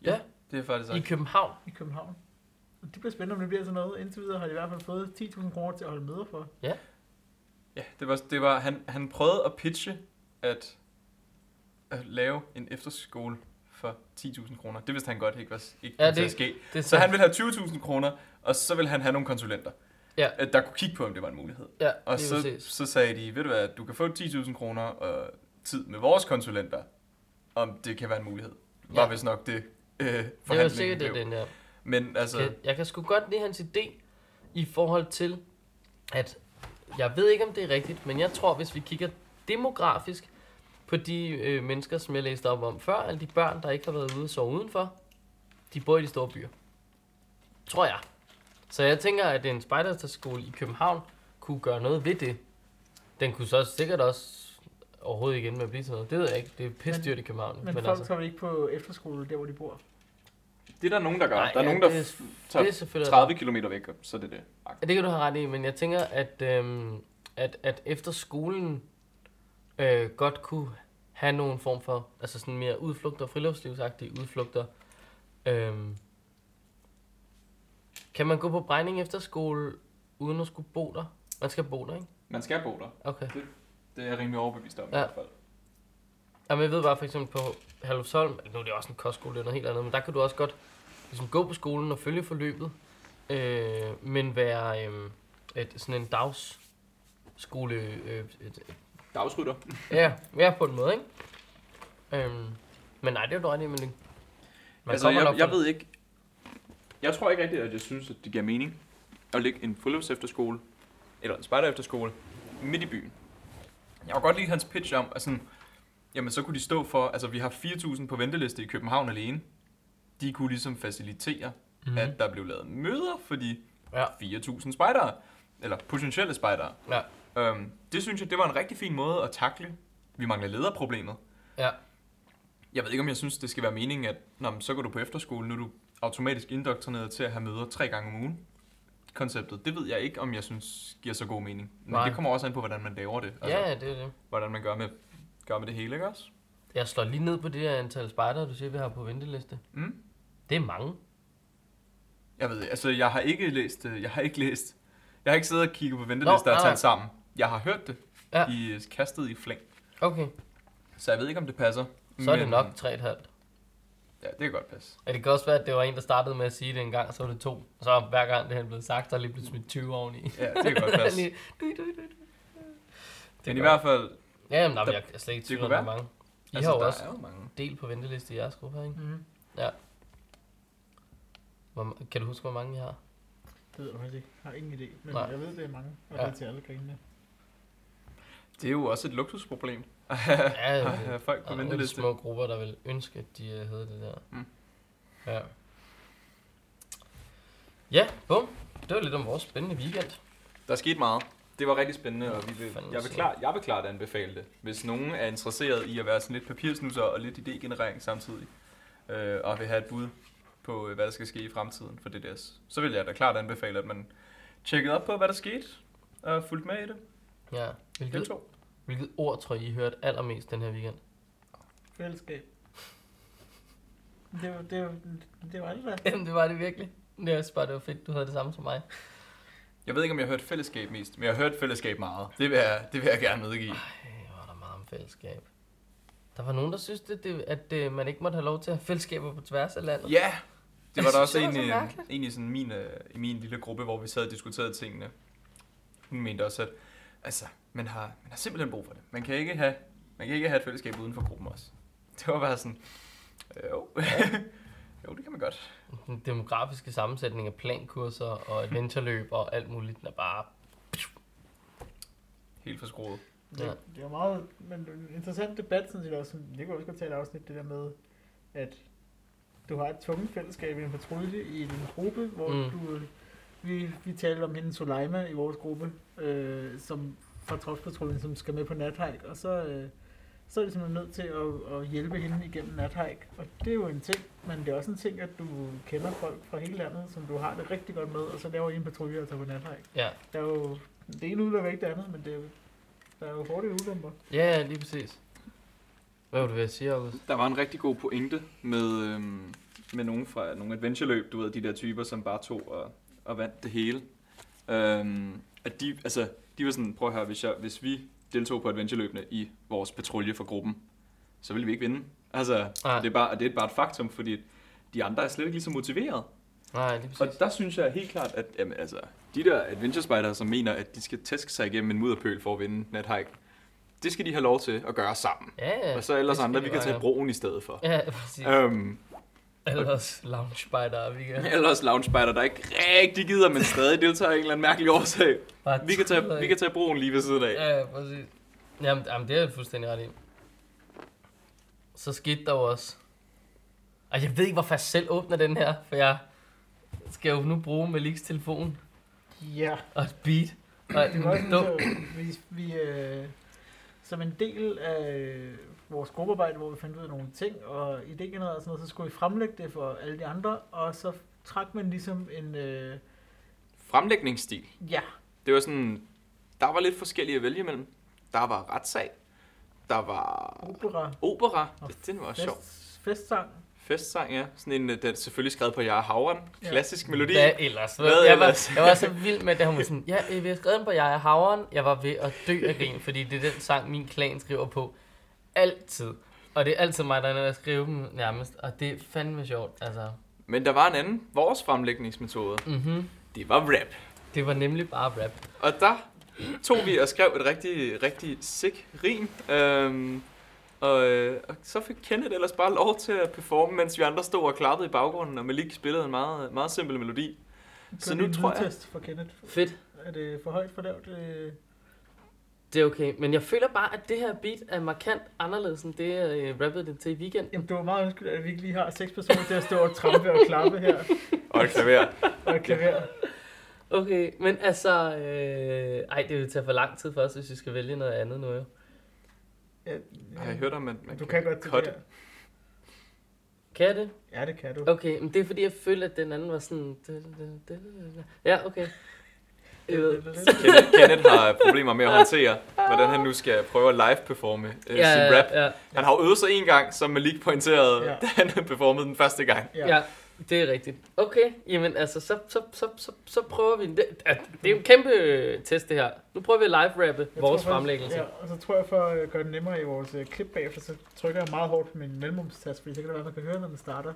Ja, Det er faktisk i ikke. København. i København. Og det bliver spændende, om det bliver sådan noget. Indtil videre har de i hvert fald fået 10.000 kroner til at holde møder for. Ja, det var, det var han, han prøvede at pitche at, at lave en efterskole for 10.000 kroner. Det vidste han godt ikke var ikke Ja, ja, det, til det- at ske. Det er Så han ville have 20.000 kroner, og så ville han have nogle konsulenter, Ja. øh, der kunne kigge på, om det var en mulighed. Ja, Og lige så, præcis. så sagde de, ved du hvad, du kan få 10.000 kroner og tid med vores konsulenter, om det kan være en mulighed. Var Ja. ja. vist nok det, øh, Det var forhandlingen sikkert det, blev. den der. Men altså, Jeg, jeg kan sgu godt lide hans idé i forhold til, at jeg ved ikke, om det er rigtigt, men jeg tror, hvis vi kigger demografisk på de øh, mennesker, som jeg læste op om før, alle de børn, der ikke har været ude og sove udenfor, de bor i de store byer. Tror jeg. Så jeg tænker, at en spejderskole i København kunne gøre noget ved det. Den kunne så sikkert også overhovedet igen med at blive sådan noget. Det ved jeg ikke. Det er pisse dyrt i København. Men, men folk altså. kommer ikke på efterskole, der hvor de bor. Det er der nogen, der gør. Nej, der er ja, nogen, der det er- f- det er tager selvfølgelig 30 km væk, og så er det det. Ja, det kan du have ret i, men jeg tænker, at, øhm, at, at efter skolen øh, godt kunne have nogen form for, altså sådan mere udflugter, friluftslivsagtige udflugter. Øhm, kan man gå på brænding efter skole, uden at skulle bo der? Man skal bo der, ikke? Man skal bo der. Okay. Det er jeg rimelig overbevist om Ja. ja. i hvert fald. Jamen, jeg ved bare for eksempel på Herlufsholm, nu er det også en kostskole, det er noget helt andet, men der kan du også godt ligesom, gå på skolen og følge forløbet, øh, men være øh, et, sådan en dagsskole, øh, et, Dagsrytter. Ja, ja på en måde, ikke? Øhm, men nej, det er jo dårligt, men det- man altså, kommer jeg, nok jeg fra- ved ikke... Jeg tror ikke rigtigt, at jeg synes, at det giver mening at lægge en friluftsefterskole. eller en spejder efterskole, midt i byen. Jeg kunne godt lide hans pitch om, at sådan, jamen så kunne de stå for, altså vi har 4.000 på venteliste i København alene. De kunne ligesom facilitere, mm. at der blev lavet møder for de Mhm. Ja. 4.000 spejdere, eller potentielle spejdere. Ja. Øhm, det synes jeg, det var en rigtig fin måde at takle. Vi mangler lederproblemet. Ja. Jeg ved ikke, om jeg synes, det skal være meningen, at når så går du på efterskole, nu er du automatisk indoktrineret til at have møder tre gange om ugen. Konceptet, det ved jeg ikke, om jeg synes giver så god mening. Men Nej. Nej. det kommer også an på, hvordan man laver det. Altså, Altså- Ja, ja, det er det. Hvordan man gør med, gør med det hele, ikke også? Jeg slår lige ned på det her antal spejdere, du siger, vi har på venteliste. Mm. Det er mange. Jeg ved ikke, altså jeg har ikke læst, øh, jeg har ikke læst, jeg har ikke siddet og kigget på ventelister nej, og nej. talt sammen. Jeg har hørt det Ja. ja. i øh, kastet i flæng. Okay, Så jeg ved ikke, om det passer. så er det nok 3,5. Ja, det kan godt passe. Ja, det kan også være, at det var en, der startede med at sige det en gang, så var det to. Og så hver gang det her blev sagt, så er lige blevet smidt 20 oveni. Ja, det kan godt passe. [LAUGHS] Lige- du, du, du, du. det Men i godt. hvert fald, Ja, jamen, nej, men Der- jeg er slet ikke i det tvivl kunne om, hvor være. mange. I altså, har jo der også er jo mange. del på venteliste i jeres gruppe her, ikke? Mm. Hvor, kan du huske, hvor mange I har? Det ved jeg faktisk ikke. Jeg har ingen idé. Men Nej. Nej. jeg ved, det er mange. Og Ja. ja. det er til alle grinene. Det er jo også et luksusproblem. Ja, det er det. [LAUGHS] Ja, [LAUGHS] folk Der på er nogle venteliste. små grupper, der vil ønske, at de uh, havde det der. Mm. Mm. Ja. Ja, bum. Det var lidt om vores spændende weekend. Der skete meget. Det var rigtig spændende, og vi vil, Fanden jeg, vil siger. klar, jeg vil klart anbefale det, hvis nogen er interesseret i at være sådan lidt papirsnusser og lidt idégenerering samtidig. øh, og vil have et bud på, øh, hvad der skal ske i fremtiden for DDS, så vil jeg da klart anbefale, at man tjekkede op på, hvad der skete, og fulgte med i det. Ja. Hvilket, Deltog. hvilket ord tror I, I hørte allermest den her weekend? [LAUGHS] Fællesskab. Det var det, var, det var det der. Jamen, det var det virkelig. Det er også bare, det var fedt, du havde det samme som mig. Jeg ved ikke, om jeg hørte fællesskab mest, men jeg hørte fællesskab meget. Det vil jeg, det vil jeg gerne medgive. Det var Øh, der meget om fællesskab. Der var nogen, der syntes, at, det, at øh, man ikke måtte have lov til at have fællesskaber på tværs af landet. Ja, det Jeg var synes, der også Altså, det var en, så øh, mærkeligt. en i, sådan min, øh, i min lille gruppe, hvor vi sad og diskuterede tingene. Hun mente også, at altså, man, har, man har simpelthen brug for det. Man kan ikke have, man kan ikke have et fællesskab uden for gruppen også. Det var bare sådan, øh, jo. [LAUGHS] jo, det kan man godt. Den demografiske sammensætning af plankurser og adventureløb og alt muligt, den er bare... Helt forskruet. Det, Ja. det var meget men det var en interessant debat, sådan set også. Det kunne også godt tage et afsnit, det der med, at du har et tvunget fællesskab i en patrulje i en gruppe, hvor Mm. mm. du... Vi, vi talte om hende Soleima i vores gruppe, øh, som fra tropspatruljen, som skal med på nathajk, og så, øh, så er det simpelthen nødt til at, at hjælpe hende igennem nathajk. Og det er jo en ting, men det er også en ting, at du kender folk fra hele landet, som du har det rigtig godt med, og så laver I en patrulje og tager på nathajk. Ja, Der er jo, det ene udelukker ikke det andet, men det er, jo- der er jo hurtige ulemper. ja ja, lige præcis. Hvad var du ved at sige, August? Der var en rigtig god pointe med, øhm, med nogen fra nogle adventureløb, du ved, de der typer, som bare tog og, og vandt det hele. Øhm, at de, altså, de var sådan, prøv at høre, hvis, jeg, hvis vi deltog på adventureløbene i vores patrulje for gruppen, så ville vi ikke vinde. Altså, Nej. det er bare, og det er bare et faktum, fordi de andre er slet ikke lige så motiveret. Nej, lige præcis. Og der synes jeg helt klart, at jamen, altså, de der adventure spidere, som mener, at de skal tæske sig igennem en mudderpøl for at vinde nathike, det skal de have lov til at gøre sammen. Ja, ja. Og så ellers det skal andre, de vi kan bare tage gøre. broen i stedet for. Ja, præcis. Øhm, Ellers lounge spider, vi kan ellers loungespejder, der ikke rigtig gider, men stadig deltager i en eller anden mærkelig årsag. bare Vi kan tage, vi kan tage broen lige ved siden af. Ja, ja, præcis. Jamen, jamen, det er jeg fuldstændig ret i. Så skete der jo også. Og jeg ved ikke, hvorfor jeg selv åbner den her, for jeg skal jo nu bruge Maliks telefon Ja, og et beat. Og [CLEARS THROAT] det var sådan, dum. så vi, vi øh, som en del af vores gruppearbejde, hvor vi fandt ud af nogle ting, og idégenererede og sådan noget, så skulle vi fremlægge det for alle de andre, og så trak man ligesom en, øh, Fremlægningsstil. ja, Det var sådan, der var lidt forskellige at vælge imellem. Der var retssag. Der var opera, opera. Og Det, den var sjov. fest, festsang. Festsang, ja. Sådan en, øh, den er selvfølgelig skrevet på Jara Havren. Ja. Klassisk melodi. Hvad ellers? Hvad jeg, ellers? Var, jeg var så vild med det, hun var sådan, ja, øh, vi har skrevet den på Jeg er Havren. Jeg var ved at dø af grin, fordi det er den sang, min klan skriver på. Altid. Og det er altid mig, der er nede at skrive dem nærmest. Og det er fandme sjovt, altså. Men der var en anden. Vores fremlægningsmetode. Mhm. Det var rap. Det var nemlig bare rap. Og der tog vi og skrev et rigtig, rigtig sick rim. Øhm, og, øh, og så fik Kenneth ellers bare lov til at performe, mens vi andre stod og klappede i baggrunden, og Malik spillede en meget, meget simpel melodi. Så nu tror jeg... Test for Kenneth. Fedt. Er det for højt, for lavt? Øh, Det er okay, men jeg føler bare, at det her beat er markant anderledes end det, jeg øh, rappede det til i weekenden. jamen, det var meget ønskeligt, at vi ikke lige har seks personer til at stå og trampe og klappe her, Og et klaver. og et klaver. Okay, men altså... Øh, ej, det vil tage for lang tid for os, hvis vi skal vælge noget andet nu jo. Ja, Har jeg hørt om, at man du kan godt til det cutte? her. Kan jeg det? Ja, det kan du. Okay, men det er fordi, jeg følte, at den anden var sådan... Ja, [LAUGHS] okay. Jeg ved. [LAUGHS] Kenneth, Kenneth har problemer med at håndtere, hvordan han nu skal prøve at live-performe øh, Ja, sin rap. ja, Han har jo øvet sig en gang, som Malik pointerede, Ja. da han performede den første gang. ja, ja, det er rigtigt. Okay, jamen altså, så, så, så, så, så prøver vi... Det, at- det er jo en kæmpe øh, test, det her. Nu prøver vi at live-rappe Jeg vores tror faktisk- fremlæggelse. Ja, og så tror jeg, for at gøre det nemmere i vores øh, klip bagefter, så trykker jeg meget hårdt på min mellemrumstast, fordi så kan det være, at man kan høre, når den starter,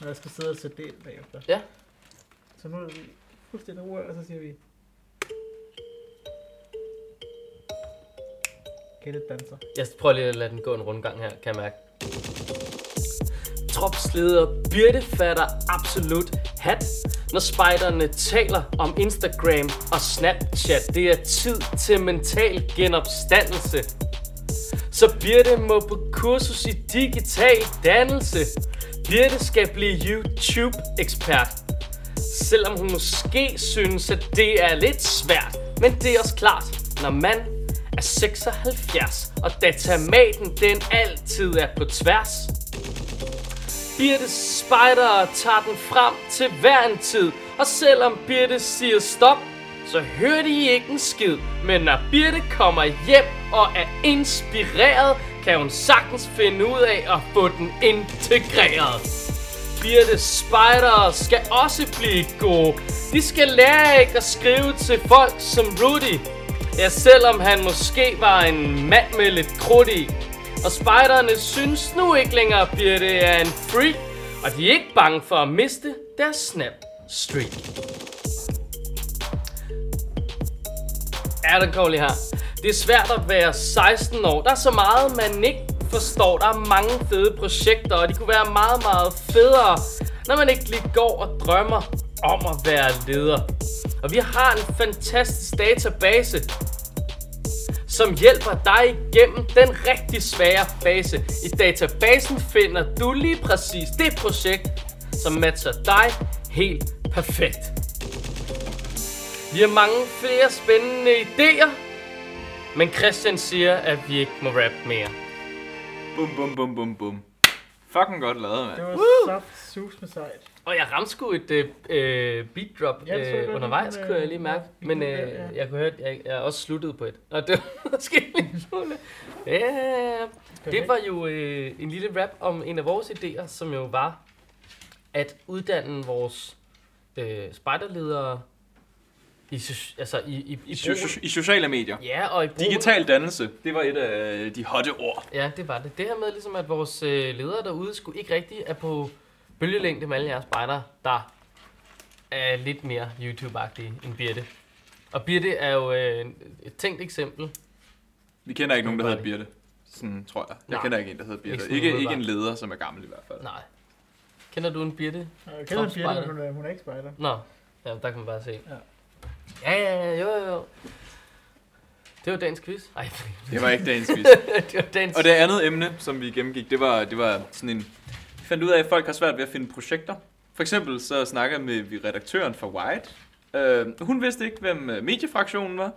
når jeg skal sidde og sætte det ind bagefter. Ja. Så nu er vi fuldstændig ro, og så siger vi... Kenneth danser. Jeg prøver lige at lade den gå en rundgang her, kan jeg mærke. Tropsleder Birte fatter absolut hat, når spejderne taler om Instagram og Snapchat. Det er tid til mental genopstandelse. Så Birte må på kursus i digital dannelse. Birte skal blive YouTube-ekspert. Selvom hun måske synes, at det er lidt svært. Men det er også klart, når man er 76, og datamaten den altid er på tværs. Birte spejdere tager den frem til hver en tid. Og selvom Birte siger stop, så hører de ikke en skid. Men når Birte kommer hjem og er inspireret, kan hun sagtens finde ud af at få den integreret. Birte Spider skal også blive gode. De skal lære ikke at skrive til folk som Rudy. Ja, selvom han måske var en mand med lidt krudt i. Og spejderne synes nu ikke længere, at Birte er en freak. Og de er ikke bange for at miste deres snap streak. Ja, den kommer lige her. Det er svært at være 16 år. Der er så meget, man ikke forstår. Der er mange fede projekter, og de kunne være meget, meget federe, når man ikke lige går og drømmer om at være leder. Og vi har en fantastisk database, som hjælper dig igennem den rigtig svære fase. I databasen finder du lige præcis det projekt, som matcher dig helt perfekt. Vi har mange flere spændende idéer, men Christian siger, at vi ikke må rap mere. Bum, bum, bum, bum, bum. Fucking godt lavet, Det mand. var så sus med sejt. Og jeg ramte sgu et øh, øh, beat drop Ja, det så jeg øh, godt. undervejs, Den, øh, kunne jeg lige mærke. den Men gik øh, lidt der, ja. jeg kunne høre, at jeg, jeg også sluttede på et. Og det var [LAUGHS] måske lidt smule. Ja, det var jo øh, en lille rap om en af vores idéer, som jo var at uddanne vores øh, spejderledere i, soci- altså i, i, i, I, brug- so- I sociale medier. Ja, og i brug- Digital dannelse, det var et af de hotte ord. Ja, det var det. Det her med, ligesom, at vores øh, ledere derude skulle ikke rigtig er på bølgelængde med alle jeres spejdere, der er lidt mere YouTube-agtige end Birte. Og Birte er jo øh, et tænkt eksempel. Vi kender ikke nogen, der Bare hedder Birte. Sådan tror jeg. Jeg Nej. kender ikke en, der hedder Ikke Birte. sådan Ikke, ikke umiddelbart. en leder, som er gammel i hvert fald. Nej. Kender du en Birte? Jeg kender en Topspejder. fjerde, men hun er, hun er ikke spejder. Nå, ja, der kan man bare se. Ja. Ja, ja, ja, jo, jo, jo. Det var dagens quiz. Ej, [LAUGHS] Det var ikke dagens quiz. det var dagens... Og det andet emne, som vi gennemgik, det var, det var sådan en... Vi fandt ud af, at folk har svært ved at finde projekter. For eksempel så snakker jeg med vi redaktøren for White. Øh, hun vidste ikke, hvem øh, mediefraktionen var.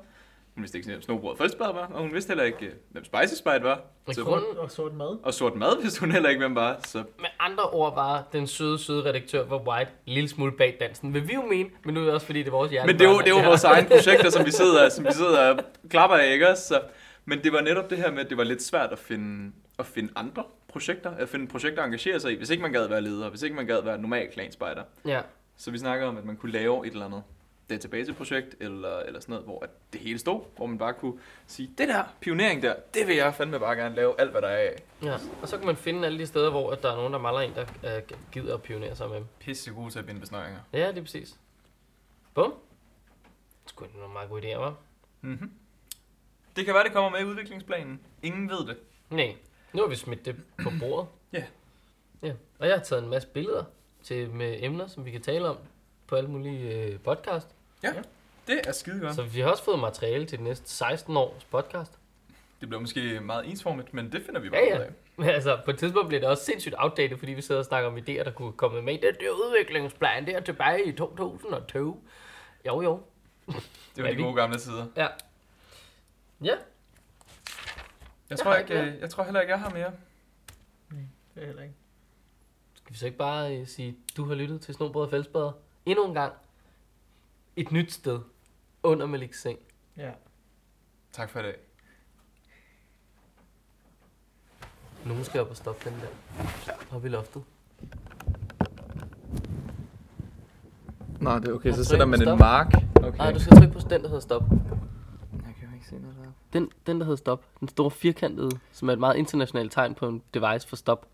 Hun vidste ikke, hvem Snobrød Fældsbad var. Og hun vidste heller ikke, øh, hvem Spicy Spite var. Men Så- grunden, Og sort mad. Og Sort Mad vidste hun heller ikke, hvem var. Så med andre ord var den søde, søde redaktør for White en lille smule bag dansen. Vil vi jo mene, men nu er det også fordi, det er vores hjerte. Men det er jo, det er jo vores [LAUGHS] egne projekter, som vi sidder, som vi sidder og klapper af, ikke også? Så, men det var netop det her med, at det var lidt svært at finde, at finde andre projekter, at finde projekter at engagere sig i, hvis ikke man gad være leder, hvis ikke man gad være normal klanspejder. Ja. Så vi snakker om, at man kunne lave et eller andet databaseprojekt, eller, eller sådan noget, hvor at det hele stod, hvor man bare kunne sige, det der pionering der, det vil jeg fandme bare gerne lave alt, hvad der er af. Ja, og så kan man finde alle de steder, hvor at der er nogen, der maler en, der øh, gider at pionere sig med dem. Pisse gode til at binde besnøringer. Ja, det er præcis. Bum. Sgu ikke nogle meget gode idéer, hva'? Mhm. Mm-hmm. Det kan være, det kommer med i udviklingsplanen. Ingen ved det. Nej, nu har vi smidt det på bordet. Ja. Ja, og jeg har taget en masse billeder til, med emner, som vi kan tale om på alle mulige øh, podcast. Det er skide Så vi har også fået materiale til de næste 16 års podcast. Det bliver måske meget ensformigt, men det finder vi bare Ja, ud ja. af. Men altså, på et tidspunkt bliver det også sindssygt outdated, fordi vi sidder og snakker om idéer, der kunne komme med. i Det, det er udviklingsplan, det er tilbage i 2002. Jo, jo. Det var Ja, de vi- gode gamle tider. Ja. Ja, Jeg Jeg tror, har ikke, ikke øh, jeg tror heller ikke, jeg har mere. Det er heller ikke. Skal vi så ikke bare øh, sige, du har lyttet til Snobrød og Fællesbader endnu en gang? Et nyt sted under Maliks seng. Ja. Tak for i dag. Nogen skal op og stoppe den der. Op i loftet. Nej, det er okay, så Stop, sætter man en stop. mark. Okay. Nej, du skal trykke på den, der hedder stop. Jeg kan jo ikke se noget der. Den, den der hedder stop. Den store firkantede, som er et meget internationalt tegn på en device for stop.